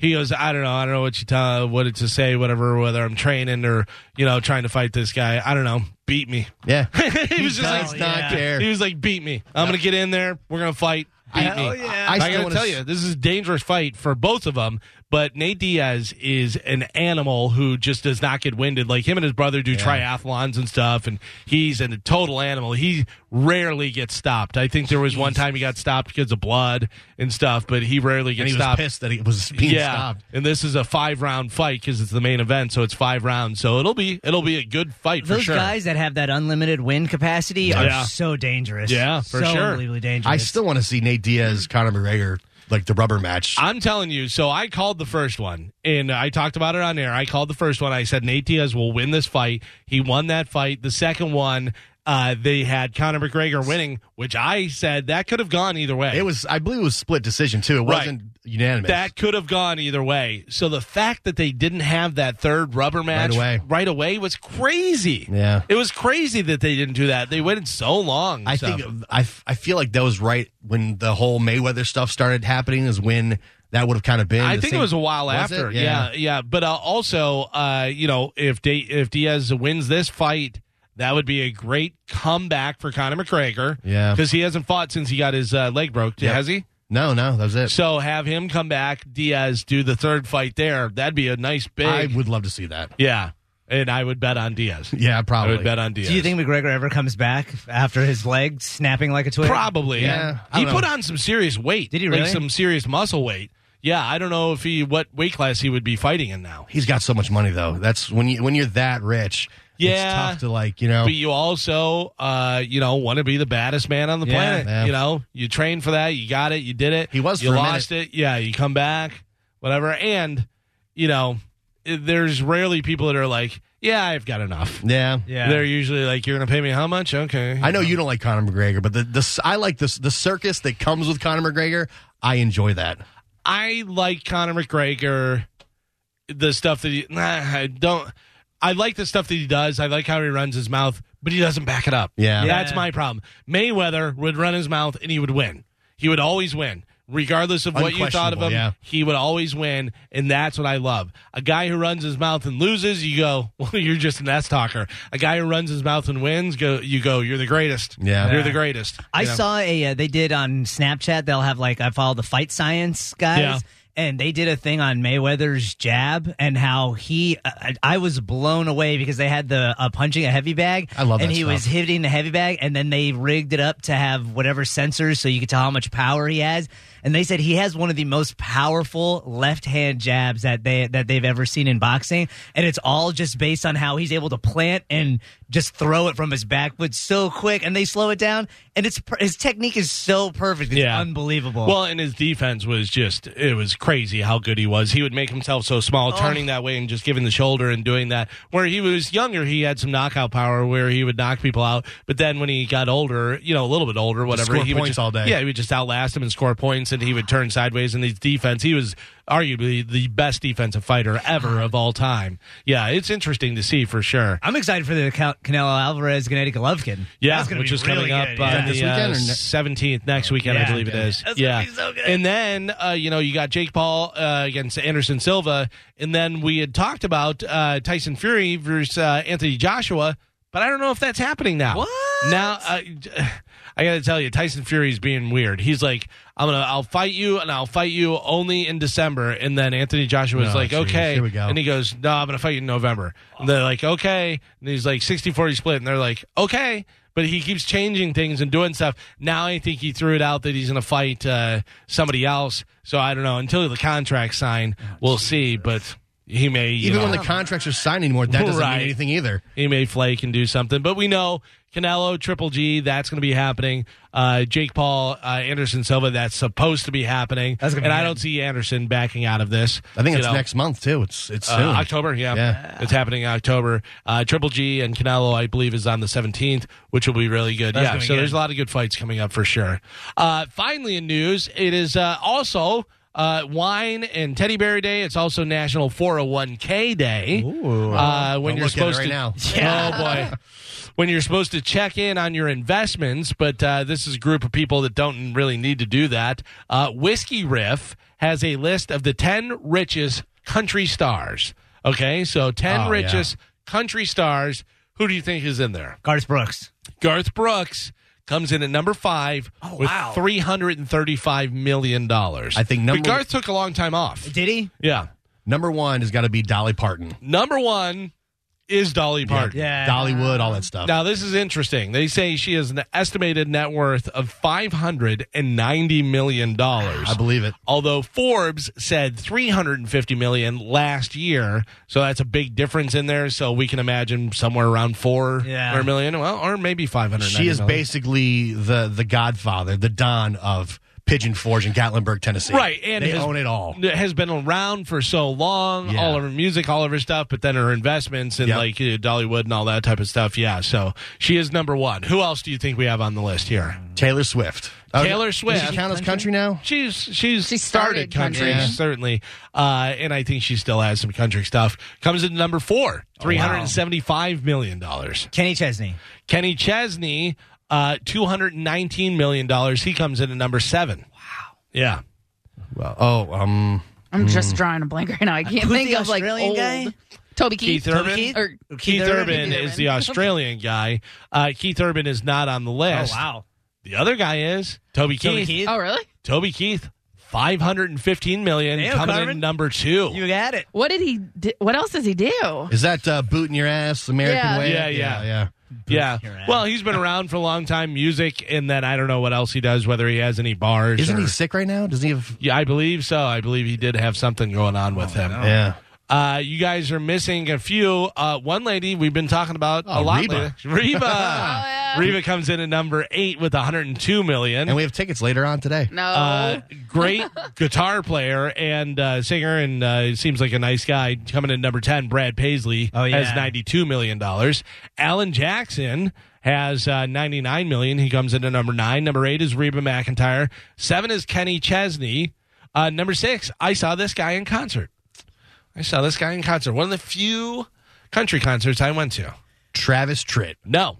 he goes, I don't know, I don't know what you tell, what it to say, whatever, whether I'm training or you know trying to fight this guy. I don't know, beat me. Yeah. he was just does like, not yeah. care. He was like, beat me. I'm gonna get in there. We're gonna fight. Beat Hell me. yeah. I, I still gotta wanna tell s- you, this is a dangerous fight for both of them. But Nate Diaz is an animal who just does not get winded. Like him and his brother do triathlons and stuff, and he's a total animal. He rarely gets stopped. I think there was one time he got stopped because of blood and stuff, but he rarely And gets he was stopped. pissed that he was being yeah, stopped. and this is a five round fight because it's the main event, so it's five rounds. So it'll be it'll be a good fight for Those sure. guys that have that unlimited wind capacity Yeah. are so dangerous. Yeah, for so sure. unbelievably dangerous. I still want to see Nate Diaz, Conor McGregor, like the rubber match. I'm telling you. So I called the first one, and I talked about it on air. I called the first one. I said Nate Diaz will win this fight. He won that fight. The second one, uh, they had Conor McGregor winning, which I said that could have gone either way. It was, I believe, it was split decision too. It Right. wasn't unanimous. that could have gone either way. So the fact that they didn't have that third rubber match away. away was crazy. Yeah. it was crazy that they didn't do that. They waited so long. I so. think I, f- I feel like that was right when the whole Mayweather stuff started happening. Is when that would have kind of been. I the think same- it was a while Was it? after. Yeah. yeah, But uh, also, uh, you know, if they, if Diaz wins this fight, that would be a great comeback for Conor McGregor. Yeah. because he hasn't fought since he got his uh, leg broke. Yep. Has he? No, no, that was it. So have him come back. Diaz do the third fight there. That'd be a nice big. I would love to see that. yeah, and I would bet on Diaz. Yeah, I probably. would bet on Diaz. Do you think McGregor ever comes back after his leg snapping like a twig? Probably. Yeah. I He don't put know. on some serious weight. Did he Like really? some serious muscle weight. Yeah, I don't know if he what weight class he would be fighting in now. He's got so much money though. That's when you when you're that rich. Yeah. it's tough to like you know. but you also uh you know want to be the baddest man on the Yeah, planet yeah. you know you trained for that you got it you did it He was you for a lost it yeah you come back whatever and you know i- there's rarely people that are like yeah i've got enough yeah, Yeah. they're usually like you're gonna pay me how much okay I know you don't like Conor McGregor, but the, the I like this the circus that comes with Conor McGregor. I enjoy that. I like Conor McGregor, the stuff that he. Nah, I don't. I like the stuff that he does. I like how he runs his mouth, but he doesn't back it up. Yeah. that's my problem. Mayweather would run his mouth and he would win. He would always win. regardless of what you thought of him, Unquestionable, yeah. he would always win, and that's what I love. A guy who runs his mouth and loses, you go, well, you're just an ass talker. A guy who runs his mouth and wins, go, you go, you're the greatest. Yeah. you're the greatest. I You know? saw a uh, they did on Snapchat. They'll have like I follow the fight science guys. Yeah. And they did a thing on Mayweather's jab and how he, I, I was blown away because they had the uh, punching a heavy bag. I love And that he stuff. was hitting the heavy bag, and then they rigged it up to have whatever sensors so you could tell how much power he has. And they said he has one of the most powerful left hand jabs that they that they've ever seen in boxing, and it's all just based on how he's able to plant and just throw it from his back foot so quick, and they slow it down, and it's per- his technique is so perfect, it's Yeah. unbelievable. Well, and his defense was just, it was crazy how good he was. He would make himself so small, Oh. turning that way and just giving the shoulder and doing that. Where he was younger, he had some knockout power where he would knock people out. But then when he got older, you know, a little bit older, whatever, score he would points just, all day. Yeah, he would just outlast him and score points, and he would turn sideways in his defense. He was arguably the best defensive fighter ever of all time. Yeah, it's interesting to see for sure. I'm excited for the Cal- Canelo Alvarez Gennady Golovkin. Yeah, That's gonna which be is really coming up good, on yeah. the uh, This weekend or ne- seventeenth next weekend, I Yeah, believe yeah. it is. That's yeah, gonna be so good. and then uh, you know you got Jake Paul uh, against Anderson Silva, and then we had talked about uh, Tyson Fury versus uh, Anthony Joshua, but I don't know if that's happening now. What? now? Uh, I got to tell you, Tyson Fury's being weird. He's like, I'm gonna, I'll fight you, and I'll fight you only in December, and then Anthony Joshua's Oh, like, geez. okay, Here we go. and he goes, no, I'm gonna fight you in November. And they're like, okay, and he's like 60 40 split, and they're like, okay. But he keeps changing things and doing stuff. Now I think he threw it out that he's going to fight uh, somebody else. So I don't know. Until the contract's signed, we'll see. But he may you Even know, when the contracts are signed anymore, that doesn't Right. mean anything either. he may flake and do something. But we know Canelo, Triple G, that's going to be happening. Uh, Jake Paul, uh, Anderson Silva, that's supposed to be happening. That's gonna and be I good. don't see Anderson backing out of this. I think You it's know, next month too. It's it's uh, soon. October, yeah. Yeah. It's happening in October. Uh, Triple G and Canelo, I believe, is on the 17th, which will be really good. yeah, gonna be so good. there's a lot of good fights coming up for sure. Uh, finally, in news, it is uh, also uh, Wine and Teddy Bear Day. It's also National 401k Day. Uh, when Don't you're look at it supposed right to, now. Oh boy. When you're supposed to check in on your investments, but uh, this is a group of people that don't really need to do that. Uh, Whiskey Riff has a list of the 10 richest country stars. Okay, so 10 Oh, yeah. richest country stars. Who do you think is in there? Garth Brooks. Garth Brooks comes in at number five with wow. $335 million. I think number- But Garth took a long time off. Did he? Yeah. Number one has got to be Dolly Parton, Number one is Dolly Parton. Yeah. Dollywood, all that stuff. Now, this is interesting. They say she has an estimated net worth of $590 million. I believe it. Although Forbes said 350 million last year, so that's a big difference in there. So we can imagine somewhere around four Yeah. or a million, well, or maybe 500. She is basically the the Godfather, the Don of Pigeon Forge in Gatlinburg, Tennessee. Right, and they has- own it all. has been around for so long, Yeah. all of her music, all of her stuff, but then her investments and Yep. like you know, Dollywood and all that type of stuff. Yeah, so she is number one. Who else do you think we have on the list here? Taylor Swift. Uh, Taylor does she Swift. count as country now? She's she's She started, started country country. Yeah. certainly, uh, and I think she still has some country stuff. Comes in number four, three hundred and seventy-five million dollars. Kenny Chesney. Kenny Chesney, uh, two hundred nineteen million dollars. He comes in at number seven. Wow. Yeah. Well, oh, um, I'm Hmm. just drawing a blank right now. I can't Who's think the of like Australian old guy? Toby Keith Keith. Urban? Keith? Or Keith, Keith Urban Urban. is the Australian guy. Uh, Keith Urban is not on the list. Oh, wow. The other guy is Toby Keith. Toby Keith. Oh, really? Toby Keith, five hundred and fifteen million, Damn, coming in Carmen. number two. You got it. What did he? Do? What else does he do? is that uh, booting your ass American Yeah. way? Yeah, yeah. yeah, yeah. Yeah. your ass. Well, he's been around for a long time, music, and then I don't know what else he does, whether he has any bars. Isn't or- he sick right now? Doesn't he have? Yeah, I believe so. I believe he did have something going on with him. Oh, Yeah. Uh, you guys are missing a few. Uh, one lady we've been talking about a Oh, lot. Reba. Oh, lately. Reba. Reba comes in at number eight with 102 million. And we have tickets later on today. No. uh, great guitar player and uh, singer, and uh, seems like a nice guy. Coming in number ten, Brad Paisley Oh, yeah. has ninety two million dollars. Alan Jackson has uh, ninety nine million. He comes into number nine. Number eight is Reba McIntyre. Seven is Kenny Chesney. Uh, number six, I saw this guy in concert. I saw this guy in concert. One of the few country concerts I went to. Travis Tritt. No.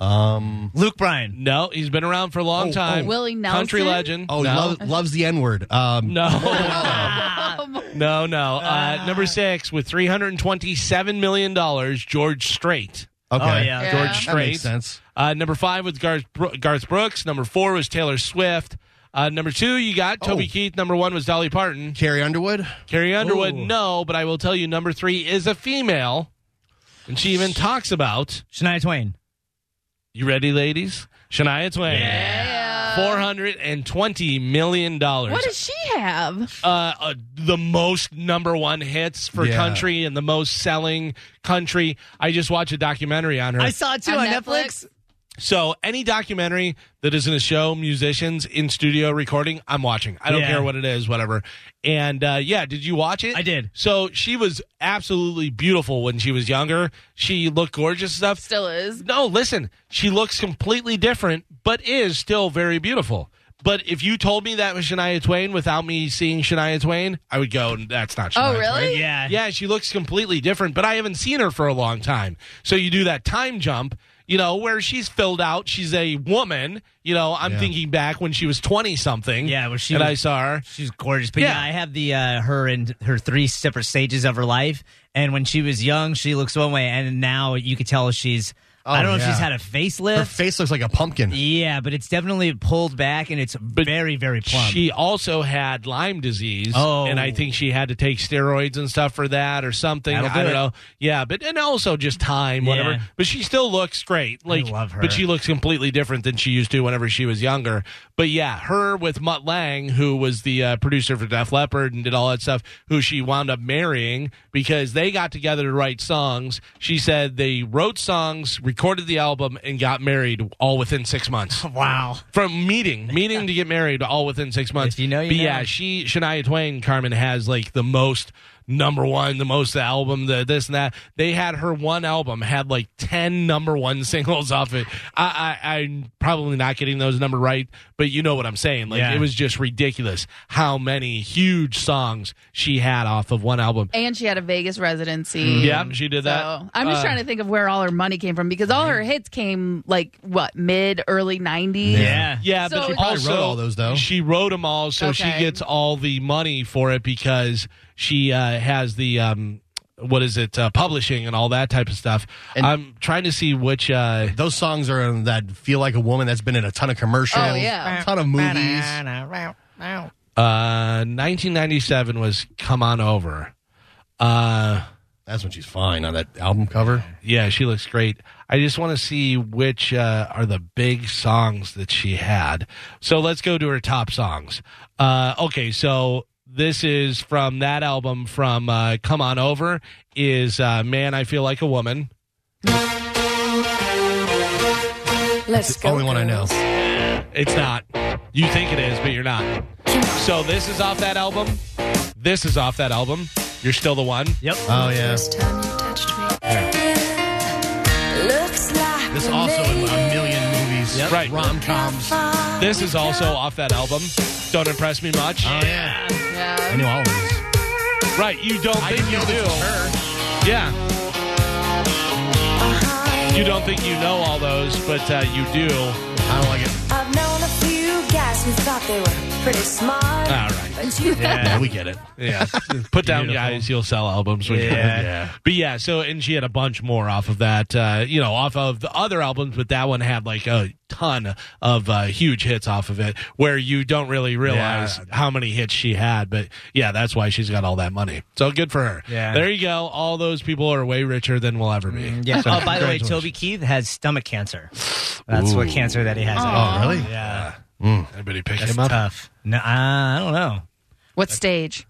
Um, Luke Bryan. No, he's been around for a long Oh, time. oh. Willie Country Nelson? legend. oh, no. lo- loves the N word. Um, no. Um, No, no. Uh, number six with three hundred and twenty-seven million dollars, George Strait. Okay. Oh, yeah. Yeah. George That Strait. makes sense. Uh, number five was Garth, Bro- Garth Brooks. Number four was Taylor Swift. Uh, number two, you got Toby Oh. Keith. Number one was Dolly Parton. Carrie Underwood. Carrie Underwood, no, but I will tell you, number three is a female, and she even talks about. Shania Twain. You ready, ladies? Shania Twain. Four hundred and twenty million dollars. what does she have? uh, uh, the most number one hits for Yeah. country and the most selling country. I just watched a documentary on her. I saw it too On on, Netflix? Netflix. so any documentary that is going to show musicians in studio recording, I'm watching. I don't Yeah. care what it is, whatever. And uh, yeah, did you watch it? I did. So she was absolutely beautiful when she was younger. She looked gorgeous and stuff. Still is. No, listen, she looks completely different, but is still very beautiful. But if you told me that was Shania Twain without me seeing Shania Twain, I would go, that's not Shania Oh, really? Twain." Yeah. Yeah, she looks completely different, but I haven't seen her for a long time. So you do that time jump, you know, where she's filled out. She's a woman. You know, I'm Yeah. thinking back when she was 20 something. Yeah, well, she And was- I saw her. She's gorgeous. But yeah. Yeah. I have the uh, her and her three separate stages of her life. And when she was young, she looks one way, and now you could tell she's. I don't know yeah. if she's had a facelift. Her face looks like a pumpkin. yeah, but it's definitely pulled back, and it's very, very plump. She also had Lyme disease. Oh. And I think she had to take steroids and stuff for that or something. That'll I do don't it. know. Yeah, but and also just time, whatever. Yeah. But she still looks great. Like love her. but she looks completely different than she used to whenever she was younger. But yeah, her with Mutt Lang, who was the uh, producer for Def Leppard and did all that stuff, who she wound up marrying because they got together to write songs. She said they wrote songs, recorded the album, and got married all within six months wow. from meeting meeting to get married all within six months. If you know, you but know. yeah, she Shania Twain Carmen has like the most number one, the most album, the this and that. They had her one album had like ten number one singles off it. I, I I'm probably not getting those number right, but you know what I'm saying. Like Yeah. it was just ridiculous how many huge songs she had off of one album. And she had a Vegas residency. Hmm. Yeah, she did that. So I'm just Uh, trying to think of where all her money came from because all her hits came like what mid early '90s. Yeah. Yeah, So but she it's- also She probably wrote all those, though. She wrote them all, so she Okay. gets all the money for it because she uh, has the um, what is it uh, publishing and all that type of stuff. I'm trying to see which. Uh, Those songs are in that feel like a woman that's been in a ton of commercials, Oh, yeah. a ton of movies. uh, 1997 was "Come On Over." Uh, That's when she's fine on that album cover. yeah, she looks great. I just want to see which uh, are the big songs that she had. So let's go to her top songs. Uh, okay, so this is from that album from uh, Come On Over is uh, Man, I Feel Like a Woman. Let's It's the only one I know. It's not. You think it is, but you're not. So this is off that album. This is off that album. You're still the one. Yep. Oh yeah, time you touched me. Looks like this also in a million movies, Right. Rom coms. Oh This is also off that album. Don't impress me much. Oh, Uh-huh. yeah, I Yeah. knew all of these. Right, you don't think you do. Yeah. You don't think you know all those, but uh, you do. I don't like it. I've known a few guys who thought they were pretty smart. Ah. All right. But you Yeah, we get it. Yeah. Put down guys, you'll sell albums. When Yeah. You, But yeah, so, and she had a bunch more off of that, uh, you know, off of the other albums, but that one had like a ton of uh, huge hits off of it where you don't really realize how many hits she had. But yeah, that's why she's got all that money. So good for her. Yeah. There you go. All those people are way richer than we'll ever be. Yeah. So Oh, by the way, congratulations. Toby Keith has stomach cancer. That's what cancer that he has. Oh really? Yeah. Mm. Anybody pick That's him up? tough. No, uh, I don't know. What stage?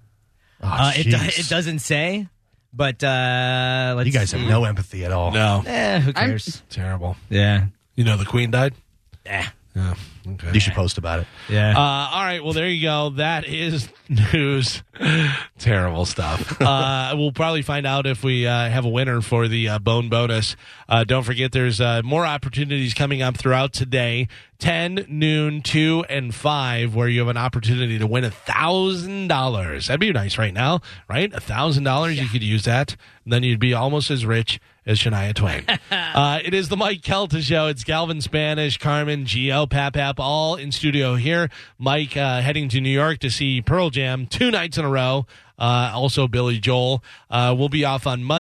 Oh, Uh, it, do- jeez. it doesn't say, but uh, let's You guys have no empathy at all. No. Eh, who cares? Terrible. yeah. You know, the queen died? Yeah. Yeah. Okay. You should post about it. Yeah. Uh, all right. Well, there you go. That is news. Terrible stuff. Uh, we'll probably find out if we uh, have a winner for the uh, bone bonus. Uh, don't forget, there's uh, more opportunities coming up throughout today 10, noon, 2, and 5, where you have an opportunity to win a $1,000. That'd be nice right now, right? A $1,000. You could use that. And then you'd be almost as rich as Shania Twain. uh, it is the Mike Kelta Show. It's Galvin Spanish, Carmen, Gio, Papap, all in studio here. Mike uh, heading to New York to see Pearl Jam two nights in a row. Uh, also, Billy Joel. Uh, we'll be off on Monday.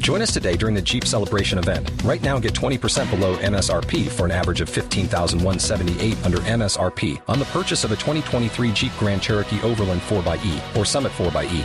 Join us today during the Jeep Celebration event. Right now, get 20% below MSRP for an average of 15178 under MSRP on the purchase of a 2023 Jeep Grand Cherokee Overland 4xE or Summit 4xE.